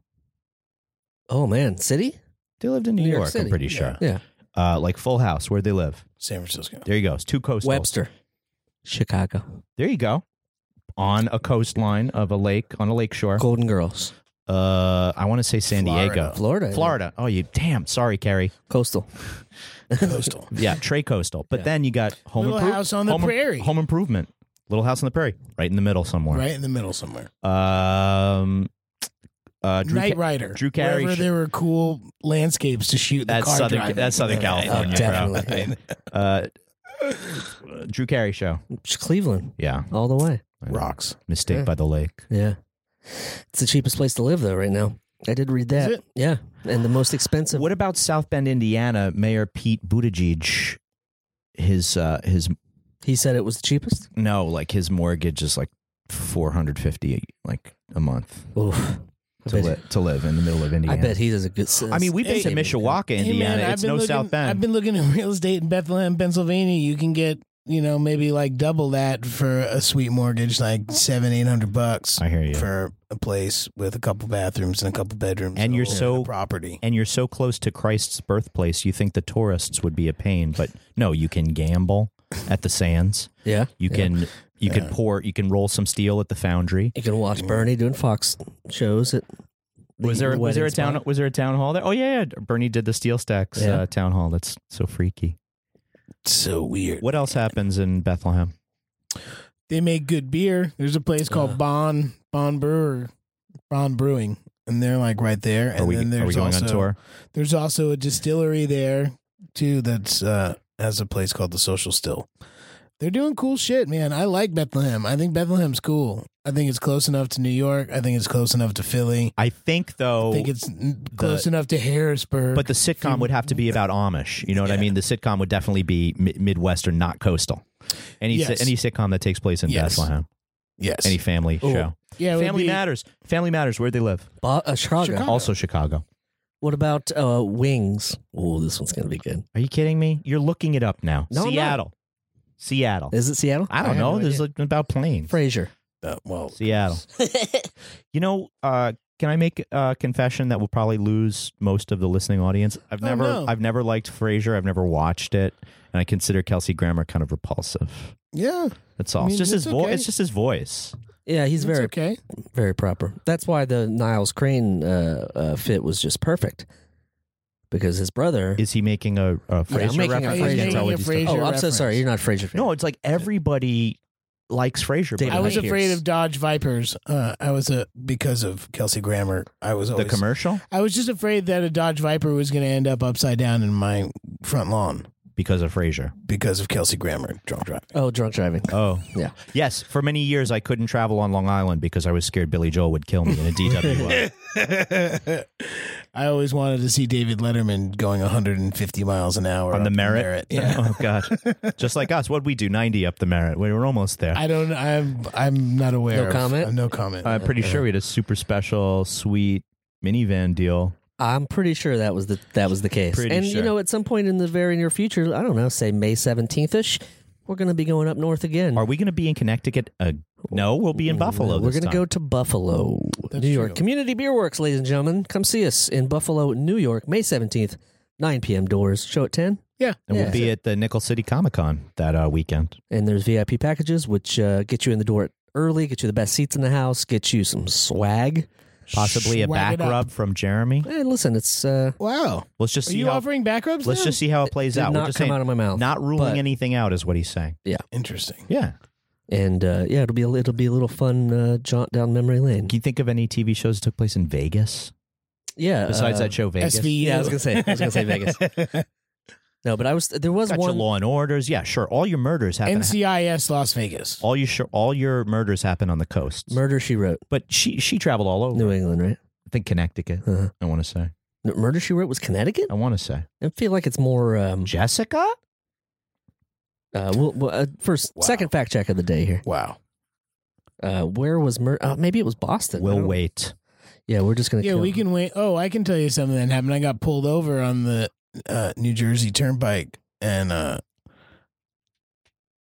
S3: Oh man, city.
S2: They lived in New,
S3: New York
S2: York, I'm
S3: City.
S2: pretty sure.
S3: Yeah.
S2: Uh, like Full House, where they live?
S4: San Francisco.
S2: There you go. It's two coastals.
S3: Webster, Chicago,
S2: There you go. On a coastline of a lake, on a lake shore.
S3: Golden Girls,
S2: Uh, I want to say San Diego.
S3: Florida,
S2: Florida. Oh, you damn. Sorry, Carrie.
S3: coastal.
S4: Coastal.
S2: Yeah, Trey Coastal. But
S3: Yeah.
S2: then you got Home
S4: Little
S2: Improve-
S4: House on the
S2: Home-
S4: Prairie.
S2: Home Improvement. Little House on the Prairie. Right in the middle somewhere.
S4: Right in the middle somewhere.
S2: Um, uh, Drew
S4: Night
S2: Ca-
S4: Rider.
S2: Drew Carey
S4: Wherever
S2: sh-
S4: there were cool landscapes to shoot. The
S2: That's
S4: car
S2: Southern-
S4: driving.
S2: that's Southern
S4: Yeah.
S2: California,
S4: Yeah.
S2: bro.
S3: Definitely,
S2: uh, Drew Carey show.
S3: Cleveland,
S2: Yeah,
S3: all the way.
S4: Rocks.
S2: Mistake
S3: Yeah.
S2: by the Lake.
S3: Yeah. It's the cheapest place to live though right now. I did read that.
S4: it?
S3: Yeah. And the most expensive.
S2: What about South Bend, Indiana? Mayor Pete Buttigieg, his uh, his
S3: He said it was the cheapest.
S2: no, like his mortgage is like four hundred fifty like a month
S3: Oof. I
S2: to
S3: bet,
S2: li- to live in the middle of Indiana.
S3: I bet he does a good sense.
S2: I mean, we've been
S4: Hey,
S2: to Mishawaka,
S4: Hey, man,
S2: Indiana.
S4: I've
S2: it's
S4: been
S2: no
S4: looking-
S2: South
S4: I've
S2: Bend.
S4: been looking at real estate in Bethlehem, Pennsylvania. You can get, you know, maybe like double that for a sweet mortgage, like seven, eight hundred bucks
S2: I hear you.
S4: for a place with a couple bathrooms and a couple bedrooms.
S2: And
S4: a
S2: you're
S4: whole
S2: so-
S4: property.
S2: and you're so close to Christ's birthplace, you think the tourists would be a pain, but no, you can gamble at the sands.
S3: yeah.
S2: You
S3: Yeah.
S2: can you can pour you can roll some steel at the foundry.
S3: You can watch Bernie doing Fox shows at the
S2: was there was
S3: wedding
S2: there a town
S3: spot.
S2: was there a town hall there? Oh yeah, yeah. Bernie did the steel stacks
S3: Yeah.
S2: uh, town hall. That's so freaky.
S4: It's so weird.
S2: What else happens in Bethlehem?
S4: They make good beer. There's a place called
S3: Uh.
S4: Bon Bon Brewer, Bon Brewing, and they're like right there.
S2: are
S4: and
S2: we
S4: then there's
S2: are we going
S4: also,
S2: on tour?
S4: There's also a distillery there too that's uh has a place called the Social Still. They're doing cool shit, man. I like Bethlehem. I think Bethlehem's cool. I think it's close enough to New York. I think it's close enough to Philly.
S2: I think though
S4: I think it's n- close enough to Harrisburg.
S2: but the sitcom would have to be about Amish. You know what I
S4: Yeah.
S2: mean? The sitcom would definitely be mi- Midwestern, not coastal. Any si-
S4: Yes.
S2: any sitcom that takes place in
S4: Yes.
S2: Bethlehem,
S4: yes,
S2: any family
S3: Oh,
S2: show.
S4: yeah, it would
S2: Family
S4: be-
S2: Matters. Family Matters. Where they live?
S3: Bo- uh, Chicago.
S4: Chicago.
S2: Also Chicago.
S3: What about uh, Wings? Oh, this one's gonna be good.
S2: Are you kidding me? You're looking it up now.
S3: No, I'm not.
S2: Seattle. Seattle.
S3: Is it Seattle?
S2: I don't
S4: have
S2: know.
S4: no
S2: There's
S4: idea.
S2: like about planes.
S3: Frazier.
S4: Uh, well,
S2: Seattle. You know, uh, can I make a confession that will probably lose most of the listening audience? I've
S4: Oh,
S2: never,
S4: no.
S2: I've never liked Frasier. I've never watched it, and I consider Kelsey Grammer kind of repulsive.
S4: yeah,
S2: That's all.
S4: I mean,
S2: it's just his
S4: that's
S2: voice.
S4: okay.
S2: It's just his voice.
S3: yeah, he's
S4: it's
S3: very
S4: okay.
S3: very proper. That's why the Niles Crane uh, uh, fit was just perfect because his brother.
S2: Is he making a, a Frasier
S3: making a
S2: reference?
S3: Frasier.
S2: That's always
S4: Making a
S2: done.
S4: Frasier.
S3: oh, I'm so
S4: reference.
S3: sorry. You're not Frazier. Fan.
S2: No, it's like everybody likes Frasier. but
S3: David
S4: I was
S3: Right.
S4: afraid of Dodge Vipers. Uh, I was a because of Kelsey Grammer. I was
S2: the
S4: always,
S2: commercial
S4: I was just afraid that a Dodge Viper was going to end up upside down in my front lawn.
S2: because of Frasier.
S4: because of Kelsey Grammer drunk driving.
S3: oh, drunk driving.
S2: Oh,
S3: Yeah.
S2: Yes, for many years I couldn't travel on Long Island because I was scared Billy Joel would kill me in a DWI.
S4: I always wanted to see David Letterman going 150 miles an hour
S2: on the
S4: up
S2: Merit.
S4: Yeah.
S2: Oh god. Just like us, what would we do? 90 up the Merit. We were almost there. I-
S4: I don't. I'm. I'm not aware.
S3: No
S4: of-
S3: comment?
S4: uh, no comment.
S2: am pretty sure we had a super special sweet minivan deal.
S3: I'm pretty sure that was the that was the case.
S2: Pretty
S3: and
S2: sure.
S3: you know, at some point in the very near future, I don't know, say May seventeenth ish, we're going to be going up north again.
S2: Are we going to be in Connecticut? Uh, no, we'll be in Buffalo.
S3: We're
S2: going to
S3: go to Buffalo,
S4: That's
S3: New York.
S4: true.
S3: Community Beer Works, ladies and gentlemen, come see us in Buffalo, New York, May seventeenth, nine p.m. doors. Show at ten.
S4: Yeah.
S2: And
S3: Yeah.
S2: we'll be at the Nickel City Comic Con that uh, weekend.
S3: And there's VIP packages, which uh, get you in the door early, get you the best seats in the house, get you some swag.
S2: Possibly a
S4: Swag
S2: back
S4: it up.
S2: rub from Jeremy.
S3: Hey, listen, it's uh,
S4: Wow.
S2: Let's just
S4: Are
S2: see
S4: you
S2: how,
S4: offering back rubs?
S2: let's
S4: now?
S2: just see how it
S3: did
S2: plays out. We're
S3: not come
S2: just saying,
S3: out of my mouth.
S2: not ruling
S3: but-
S2: anything out is what he's saying.
S4: Interesting.
S2: Yeah.
S3: and uh, yeah, it'll be a, it'll be a little fun uh, jaunt down memory lane.
S2: Can you think of any TV shows that took place in Vegas
S3: Yeah,
S2: besides
S3: uh,
S2: that show Vegas?
S4: SVU.
S3: Yeah, I was gonna say, I was gonna say Vegas. No, but I was there was
S2: Got your
S3: one.
S2: Law and Orders. Yeah, sure. All your murders happen.
S4: NCIS Las Vegas.
S2: all your sure, all your murders happen on the coast.
S3: Murder She Wrote,
S2: but she she traveled all over.
S3: New England, right?
S2: I think Connecticut.
S3: Uh-huh.
S2: I want to say.
S3: No, Murder She Wrote was Connecticut.
S2: I want to say
S3: I feel like it's more. Um,
S2: Jessica.
S3: uh, we'll, we'll, uh, first,
S4: Wow.
S3: second fact check of the day here.
S4: Wow.
S3: Uh, where was murder? Uh, maybe it was Boston. I
S2: We'll
S3: don't-
S2: wait.
S3: Yeah, we're just gonna.
S4: Yeah,
S3: kill-
S4: we can wait. Oh, I can tell you something that happened. I got pulled over on the uh, New Jersey Turnpike, and uh,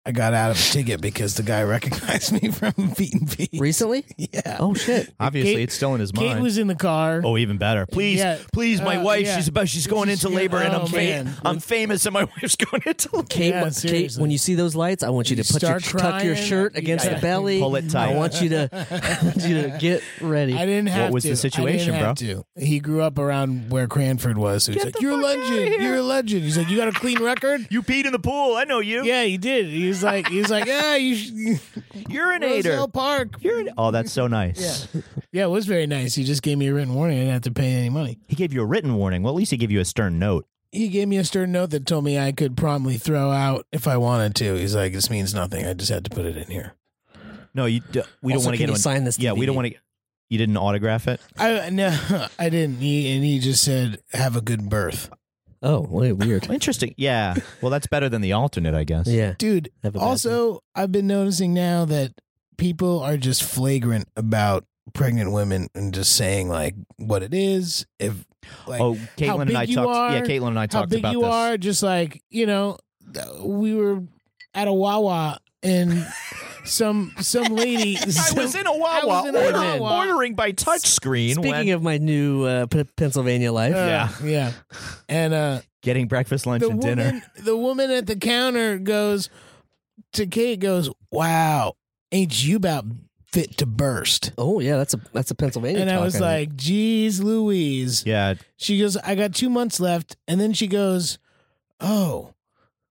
S4: I got out of a ticket because the guy recognized me from Beat and Beat.
S3: recently.
S4: yeah.
S3: Oh shit!
S2: Obviously,
S4: Kate-
S2: it's still in his
S4: Kate
S2: mind.
S4: was in the car.
S2: oh, even better. Please,
S4: Yeah.
S2: please, my
S4: Uh,
S2: wife.
S4: yeah.
S2: She's about. She's going
S4: She's
S2: into
S4: go-
S2: labor, and I'm
S4: oh,
S2: fam-
S4: man.
S2: I'm famous, and my wife's going into. labor.
S3: Kate,
S4: Yeah,
S3: Kate,
S4: seriously.
S3: when you see those lights, I want you,
S4: You
S3: to put your,
S4: start
S3: tuck your
S4: crying.
S3: shirt against
S4: Yeah.
S3: the belly.
S2: Pull it tight.
S3: I want you to, I want you to get ready.
S4: I didn't have
S2: was the
S4: to. I didn't
S2: situation,
S4: have to. He grew up around where Cranford was. So he's like, You're a legend. You're a legend. He's like, You got a clean record?
S2: You peed in the pool. I know you.
S4: yeah, he did. He was like, He's like, Yeah, you should. Roselle
S2: Urinator.
S4: Park.
S2: Urin- oh, that's so nice.
S4: Yeah, it was very nice. He just gave me a written warning. I didn't have to pay any money.
S2: He gave you a written warning. Well, at least he gave you a stern note.
S4: He gave me a stern note that told me I could promptly throw out if I wanted to. He's like, This means nothing. I just had to put it in here.
S2: No, you. d- We don't
S3: Also,
S2: want to
S3: can
S2: get
S3: you
S2: on.
S3: sign this
S2: yeah, we
S3: DVD?
S2: don't want to. You didn't autograph it.
S4: I no, I didn't. He, and he just said, "Have a good birth,
S3: Oh, wait, weird.
S2: Interesting. Yeah. Well, that's better than the alternate, I guess.
S3: yeah.
S4: dude."
S3: Have a bad day.
S4: Also, I've been noticing now that people are just flagrant about pregnant women and just saying like what it is, if like
S2: Oh, Caitlin
S4: How
S2: and I
S4: big you
S2: talked. yeah,
S4: are,
S2: Caitlin and I
S4: how
S2: talked
S4: big
S2: about
S4: you
S2: this.
S4: are, just like you know, th- we were at a Wawa and some some lady.
S2: I
S4: some-
S2: was in a
S4: I
S2: Wawa
S4: was in a
S2: order-
S4: Wawa.
S2: ordering by touchscreen.
S3: Speaking
S2: when,
S3: of my new uh, P- Pennsylvania life,
S4: Uh,
S2: Yeah.
S4: yeah, and uh,
S2: getting breakfast, lunch,
S4: the
S2: and
S4: woman,
S2: dinner,
S4: the woman at the counter goes to Kate, goes, "Wow, ain't you about fit to burst?"
S3: oh yeah, that's a that's a Pennsylvania.
S4: And I
S3: talk,
S4: was
S3: think.
S4: like, geez, Louise.
S2: yeah,
S4: She goes, I got two months left. And then she goes, Oh,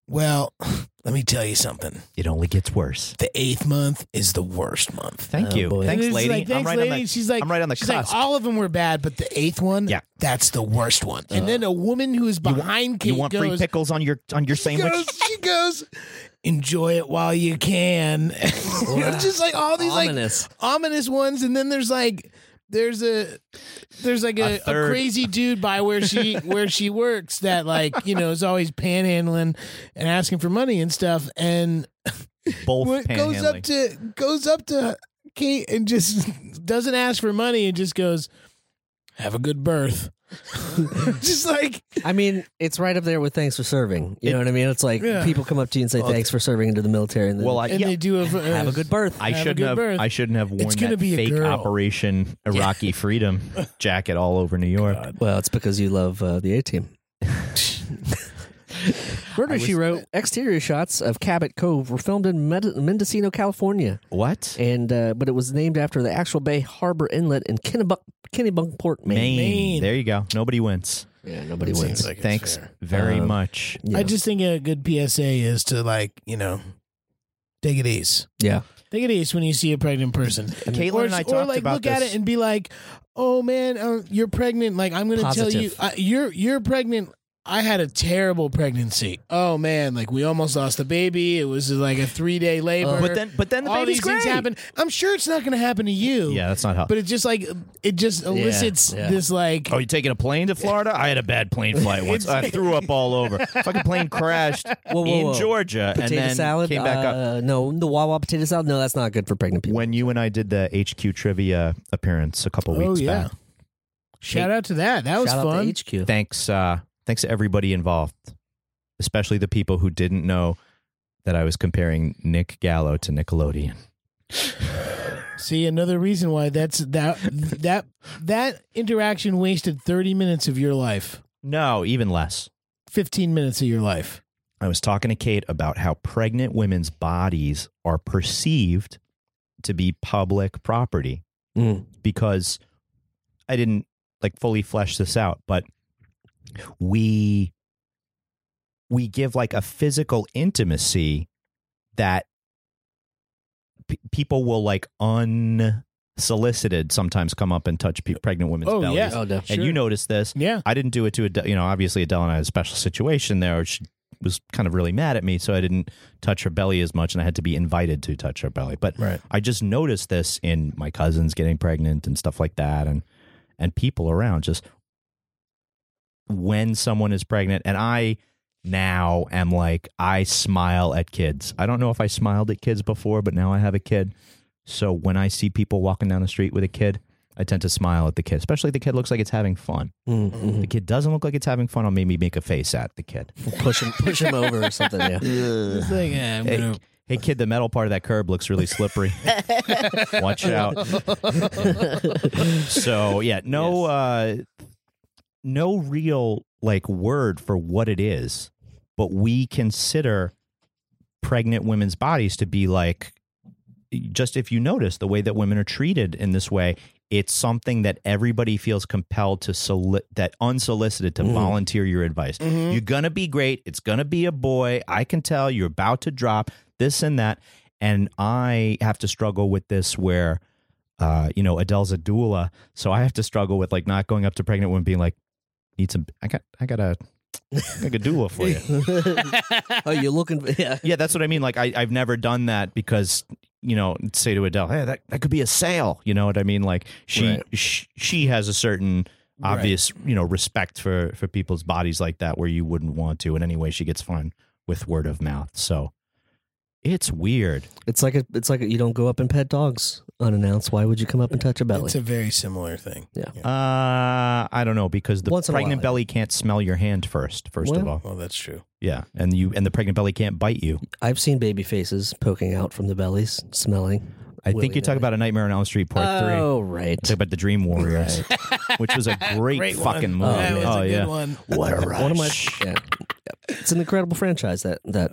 S4: well, let me tell you something.
S2: it only gets worse.
S4: The eighth month is the worst month.
S2: Thank
S3: Oh,
S2: you,
S3: boy.
S2: thanks,
S4: And it's
S2: lady.
S4: Like,
S2: I'm
S4: Thanks,
S2: right
S4: lady.
S2: on the.
S4: she's like,
S2: I'm right on the
S4: she's
S2: cusp.
S4: like, "Oh, all of them were bad, but the eighth one,
S2: Yeah. Uh,
S4: that's the worst one. And then a woman who is behind Kate
S2: you want free
S4: goes,
S2: pickles on your on your
S4: she
S2: sandwich?
S4: goes, she goes, enjoy it while you can. You know, just like all these like
S3: Ominous.
S4: ominous ones, and then there's like there's a there's like
S2: A
S4: a, a,
S2: third.
S4: crazy dude by where she where she works that like you know is always panhandling and asking for money and stuff, and
S2: Both
S4: what goes up
S2: panhandling.
S4: to goes up to Kate and just doesn't ask for money and just goes, "Have a good birth." just like
S3: I mean, it's right up there with thanks for serving. You know what I mean? It's like
S4: Yeah.
S3: people come up to you and say thanks for serving into the military, and then
S2: well, I,
S4: and
S2: yeah,
S4: they do a,
S3: have a good birth.
S2: I
S4: Have a
S2: shouldn't
S4: good
S2: have.
S4: birth.
S2: I shouldn't have worn
S4: It's gonna
S2: that
S4: be a
S2: fake
S4: girl.
S2: Operation Iraqi Freedom jacket all over New York.
S3: well, it's because you love uh, the A team. Murder She Wrote exterior shots of Cabot Cove were filmed in Med- Mendocino, California,
S2: What?
S3: and uh, but it was named after the actual Bay Harbor Inlet in Kennebuck- Kennebunkport, Maine.
S2: Maine.
S4: Maine.
S2: There you go. Nobody wins.
S3: Yeah, nobody
S4: Seems
S3: wins.
S4: like it's
S2: Thanks
S4: fair.
S2: very
S3: Um,
S2: much.
S3: Yeah.
S4: I just think a good PSA is to like you know take it easy.
S3: yeah.
S4: Take it easy when you see a pregnant person.
S2: Caitlin
S4: or,
S2: and I
S4: or,
S2: talked
S4: like
S2: about
S4: look at
S2: this.
S4: it and be like, "Oh man, uh, you're pregnant." Like I'm going to tell you,
S3: Positive.
S4: uh, you're you're pregnant. I had a terrible pregnancy. Oh man, like we almost lost the baby. It was like a three day labor.
S2: Oh. but then, but then the
S4: all
S2: baby's
S4: these things
S2: great.
S4: happen. I'm sure it's not going to happen to you.
S2: Yeah, that's not how.
S4: But it just like it just elicits
S3: yeah.
S4: this like
S2: oh, you taking a plane to Florida? I had a bad plane flight once. I threw up all over. Fucking plane crashed
S3: Whoa, whoa,
S2: in
S3: whoa.
S2: Georgia,
S3: Potato
S2: and then
S3: salad
S2: came back
S3: uh,
S2: up.
S3: No, the Wawa potato salad. No, that's not good for pregnant people.
S2: When you and I did the HQ trivia appearance a couple
S4: Oh,
S2: weeks
S4: yeah.
S2: back.
S4: shout out to that. That was
S3: Shout
S4: fun.
S3: out to HQ.
S2: Thanks, uh, thanks to everybody involved, especially the people who didn't know that I was comparing Nick Gallo to Nickelodeon.
S4: See another reason why that's that that that interaction wasted 30 minutes of your life.
S2: No, even less.
S4: 15 minutes of your life.
S2: I was talking to Kate about how pregnant women's bodies are perceived to be public property
S3: Mm.
S2: because I didn't like fully flesh this out, but we we give like a physical intimacy that p- people will like unsolicited sometimes come up and touch pe- pregnant women's
S4: Oh,
S2: bellies.
S4: yeah.
S3: Oh, no.
S2: And you notice this.
S4: Yeah.
S2: I didn't do it to Adele. You know, obviously Adele and I had a special situation there. She was kind of really mad at me, so I didn't touch her belly as much, and I had to be invited to touch her belly. But
S4: Right.
S2: I just noticed this in my cousins getting pregnant and stuff like that, and and people around just when someone is pregnant. And I now am like I smile at kids. I don't know if I smiled at kids before, but now I have a kid. So when I see people walking down the street with a kid, I tend to smile at the kid, especially if the kid looks like it's having fun.
S3: Mm, mm. mm.
S2: The kid doesn't look like it's having fun. I'll maybe make a face at the kid.
S3: Push him, push him over or something. Yeah.
S4: It's like, eh, I'm
S2: Hey,
S4: gonna-
S2: hey, kid, the metal part of that curb looks really slippery. Watch out. So yeah, no, uh, no real like word for what it is, but we consider pregnant women's bodies to be like just if you notice the way that women are treated in this way it's something that everybody feels compelled to soli- that unsolicited to
S3: Mhm.
S2: volunteer your advice
S4: Mhm.
S2: you're gonna be great it's gonna be a boy i can tell you're about to drop this and that and i have to struggle with this where uh, you know adele's a doula so i have to struggle with like not going up to pregnant women being like need some i got i got a like a doula for you
S3: oh, you're looking. Yeah.
S2: yeah, that's what I mean. Like I, I've never done that because you know, say to Adele, hey, that, that could be a sale. You know what I mean? Like she
S3: Right.
S2: she, she has a certain
S4: Right.
S2: obvious you know respect for for people's bodies like that where you wouldn't want to. And anyway, she gets fun with word of mouth. So it's weird.
S3: It's like a, it's like a, you don't go up and pet dogs unannounced. Why would you come up and touch a belly?
S4: It's a very similar thing.
S3: Yeah.
S2: Uh, I don't know because the
S3: Once in a
S2: pregnant
S3: while.
S2: belly can't smell your hand first. First of
S3: Well-
S2: all,
S4: Well, that's true.
S2: yeah, and you and the pregnant belly can't bite you.
S3: I've seen baby faces poking out from the bellies, smelling.
S2: I think you talk
S3: willy-nilly.
S2: about a Nightmare on Elm Street Part Three.
S3: Oh, right.
S2: Talk about the Dream Warriors, which was a great, fucking
S4: one.
S2: movie.
S4: That was a good one.
S2: Oh, What a rush.
S3: One of my. Yeah. It's an incredible franchise that that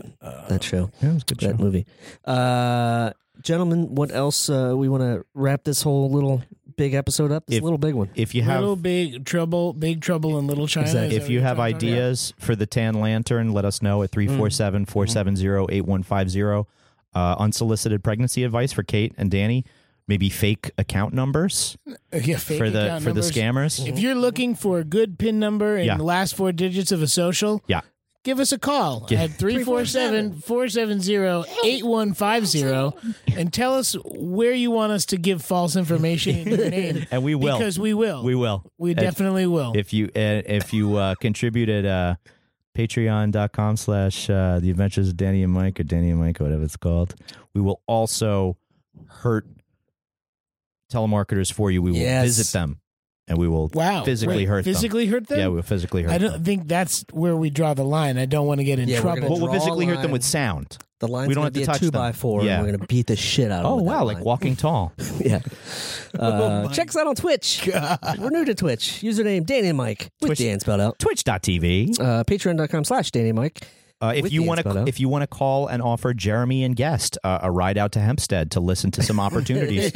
S3: that show.
S2: Yeah, it was a good
S3: that
S2: show.
S3: movie. Uh, gentlemen, what else? Uh, we want to wrap this whole little big episode up. This
S2: If-
S3: little big one.
S2: If you
S4: little
S2: have
S4: big trouble, big trouble in Little China.
S3: Exactly.
S4: is that
S2: if you
S4: what
S2: have
S4: you're talking about?
S2: ideas for the Tan Lantern, let us
S4: Mm-hmm.
S2: know at 347-470-8150. Uh, unsolicited pregnancy advice for Kate and Danny. Maybe fake account numbers
S4: Yeah, fake
S2: for the
S4: account
S2: for the
S4: numbers. Mm-hmm.
S2: scammers.
S4: If you're looking for a good PIN number and
S2: Yeah.
S4: the last four digits of a social,
S2: Yeah.
S4: give us a call
S2: Yeah.
S4: at 347-470-8150 and tell us where you want us to give false information in your name.
S2: And we will.
S4: Because we will.
S2: we will.
S4: We
S2: And
S4: definitely will.
S2: If you uh, if you uh, contribute at uh, patreon.com slash uh, the adventures of Danny and Mike or Danny and Mike or whatever it's called, we will also hurt telemarketers for you. We will
S3: Yes.
S2: visit them and we will
S4: wow.
S2: physically
S4: Wait,
S2: hurt them.
S4: Physically hurt them?
S2: yeah, we'll physically hurt
S4: I don't
S2: them.
S4: think that's where we draw the line. I don't want to get in
S3: Yeah, we're
S4: trouble.
S3: gonna
S2: Well, we'll
S3: draw a
S2: physically hurt them
S3: line.
S2: with sound.
S3: The line's
S2: We don't have
S3: gonna
S2: to
S3: be
S2: touch
S3: a two
S2: them.
S3: by four.
S2: Yeah.
S3: And we're gonna beat the shit out of.
S2: Oh
S3: them with
S2: wow,
S3: that
S2: like
S3: line.
S2: walking tall.
S3: yeah.
S4: Oh,
S3: Uh,
S4: my
S3: check us out on Twitch. We're new to Twitch. Username Danny and Mike with
S2: Twitch.
S3: Dan spelled out.
S2: Twitch.tv.
S3: Uh, Patreon.com slash Danny and Mike.
S2: Uh, if
S3: With
S2: you
S3: the
S2: want to,
S3: Inspiro.
S2: if you want to call and offer Jeremy and guest uh, a ride out to Hempstead to listen to some opportunities,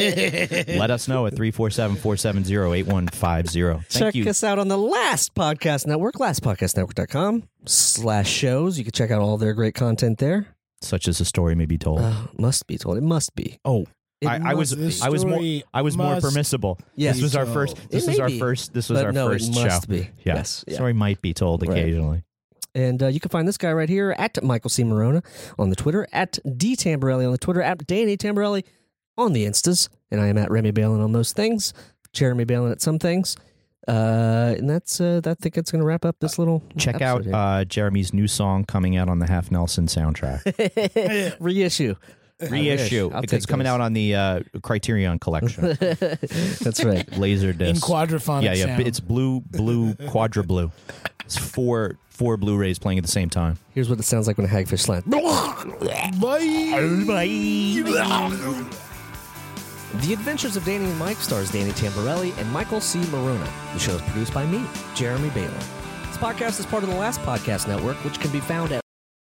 S2: let us know at 347-470-8150. Thank
S3: check
S2: you.
S3: us out on the Last Podcast Network, lastpodcastnetwork.com slash shows. You can check out all their great content there.
S2: Such as the story may be told.
S3: Uh, must be told. It must be.
S2: oh,
S3: It
S2: I, I
S3: must
S2: was
S4: must- this
S2: I was more
S4: story
S2: I was more
S4: must
S2: permissible.
S3: Yes.
S2: This was our
S4: be
S2: first.
S4: told.
S2: This
S3: It
S2: was
S3: may
S2: our
S3: be,
S2: first. This was
S3: but
S2: our
S3: no,
S2: first
S3: it must
S2: show.
S3: be.
S2: Yeah.
S3: Yes. yeah.
S2: Story might be told
S3: Right.
S2: occasionally.
S3: And uh, you can find this guy right here at Michael C. Morona on the Twitter, at D. Tamborelli on the Twitter, at Danny Tamborelli on the Instas. And I am at Remy Balin on most things, Jeremy Balin at some things. Uh, and that's, uh, that, I think that's going to wrap up this little.
S2: Check out
S3: episode
S2: uh, Jeremy's new song coming out on the Half Nelson soundtrack uh,
S3: here. reissue.
S2: reissue.
S3: I'll
S2: It's
S3: take
S2: coming
S3: those.
S2: out on the uh, Criterion collection.
S3: that's right.
S2: Laser
S4: in
S2: disc.
S4: quadraphonic
S2: yeah, yeah.
S4: sound.
S2: It's blue, blue, quadra blue. It's four four Blu-rays playing at the same time.
S3: Here's what it sounds like when a hagfish slams. The Adventures of Danny and Mike stars Danny Tamborelli and Michael C. Marona. The show is produced by me, Jeremy Baylor. It's Podcast is part of the Last Podcast Network, which can be found at